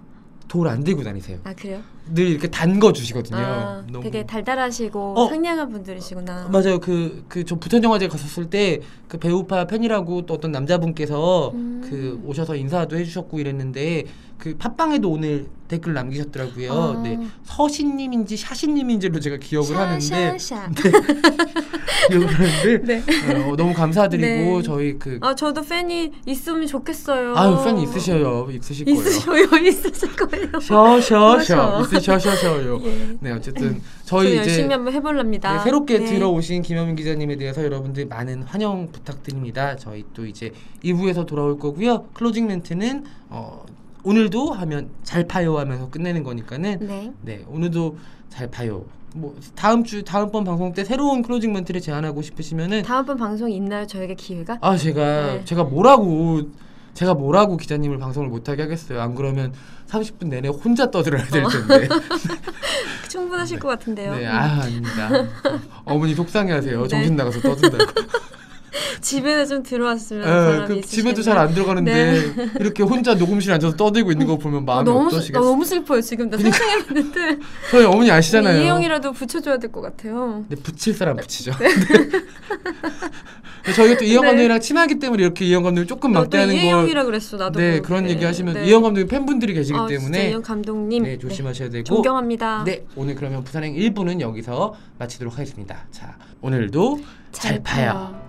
Speaker 1: 돌 안 들고 다니세요.
Speaker 2: 아 그래요?
Speaker 1: 늘 이렇게 담궈 주시거든요.
Speaker 2: 아 되게 달달하시고
Speaker 1: 어.
Speaker 2: 상냥한 분들이시구나.
Speaker 1: 맞아요. 그 그 저 부천 영화제 갔었을 때 그 배우파 팬이라고 또 어떤 남자분께서
Speaker 2: 음.
Speaker 1: 그 오셔서 인사도 해주셨고 이랬는데 그 팟빵에도 오늘 댓글 남기셨더라고요.
Speaker 2: 아.
Speaker 1: 네 서신님인지 샤신님인지로 제가 기억을 하는데
Speaker 2: 샤샤샤.
Speaker 1: 기억을 하는데
Speaker 2: (laughs) 네.
Speaker 1: 어, 너무 감사드리고
Speaker 2: 네.
Speaker 1: 저희 그
Speaker 2: 아 저도 팬이 있으면 좋겠어요.
Speaker 1: 아유 팬 있으셔요 있으실 거예요.
Speaker 2: 어. 있으셔요. (laughs) 있으실 거예요.
Speaker 1: 셔셔셔
Speaker 2: 셔셔.
Speaker 1: 있으셔셔셔요.
Speaker 2: 예.
Speaker 1: 네
Speaker 2: (laughs)
Speaker 1: 어쨌든
Speaker 2: 저는
Speaker 1: 저희 이제
Speaker 2: 열심히 한번 해볼랍니다.
Speaker 1: 네, 새롭게
Speaker 2: 네.
Speaker 1: 들어오신 김현민 기자님에 대해서 여러분들 많은 환영 부탁드립니다. 저희 또 이제 2부에서 돌아올 거고요. 클로징 멘트는 어, 오늘도 하면 잘 파요 하면서 끝내는 거니까는
Speaker 2: 네.
Speaker 1: 네 오늘도 잘 파요. 뭐 다음 주 다음번 방송 때 새로운 클로징 멘트를 제안하고 싶으시면은
Speaker 2: 다음번 방송 있나요? 저에게 기회가?
Speaker 1: 아 제가
Speaker 2: 네.
Speaker 1: 제가 뭐라고 제가 뭐라고 기자님을 방송을 못하게 하겠어요. 안 그러면 30분 내내 혼자 떠들어야 될
Speaker 2: (laughs)
Speaker 1: 텐데.
Speaker 2: 충분하실 것 같은데요.
Speaker 1: 네,
Speaker 2: 음.
Speaker 1: 아, 아닙니다. 어머니 속상해하세요.
Speaker 2: 네.
Speaker 1: 정신 나가서 떠든다고.
Speaker 2: 집에는 좀 들어왔으면
Speaker 1: 예,
Speaker 2: 바람이
Speaker 1: 그
Speaker 2: 있으시겠네요.
Speaker 1: 집에도 잘 안 들어가는데 이렇게 혼자 녹음실에 앉아서 떠들고 있는 거 보면
Speaker 2: 아,
Speaker 1: 마음이
Speaker 2: 너무 슬,
Speaker 1: 어떠시겠어요? 그러니까
Speaker 2: 너무 슬퍼요 지금
Speaker 1: (laughs)
Speaker 2: 나 상상했는데
Speaker 1: 저희 어머니 아시잖아요.
Speaker 2: 이혜영이라도 붙여줘야 될 것 같아요.
Speaker 1: 근데 붙일 사람 붙이죠. (laughs) 네. 저희가 또 이영
Speaker 2: 네.
Speaker 1: 감독이랑 친하기 때문에 이렇게 이영 감독을 조금
Speaker 2: 나도
Speaker 1: 막대하는 걸
Speaker 2: 이혜영이라 그랬어 나도.
Speaker 1: 네,
Speaker 2: 모르게.
Speaker 1: 그런 얘기 하시면
Speaker 2: 네.
Speaker 1: 이영 감독이 팬분들이 계시기
Speaker 2: 아, 진짜
Speaker 1: 때문에
Speaker 2: 이혜영 감독님
Speaker 1: 네, 조심하셔야 되고
Speaker 2: 존경합니다.
Speaker 1: 네, 오늘 그러면 부산행 1부는 여기서 마치도록 하겠습니다. 자, 오늘도 잘, 파요.
Speaker 2: 봐요.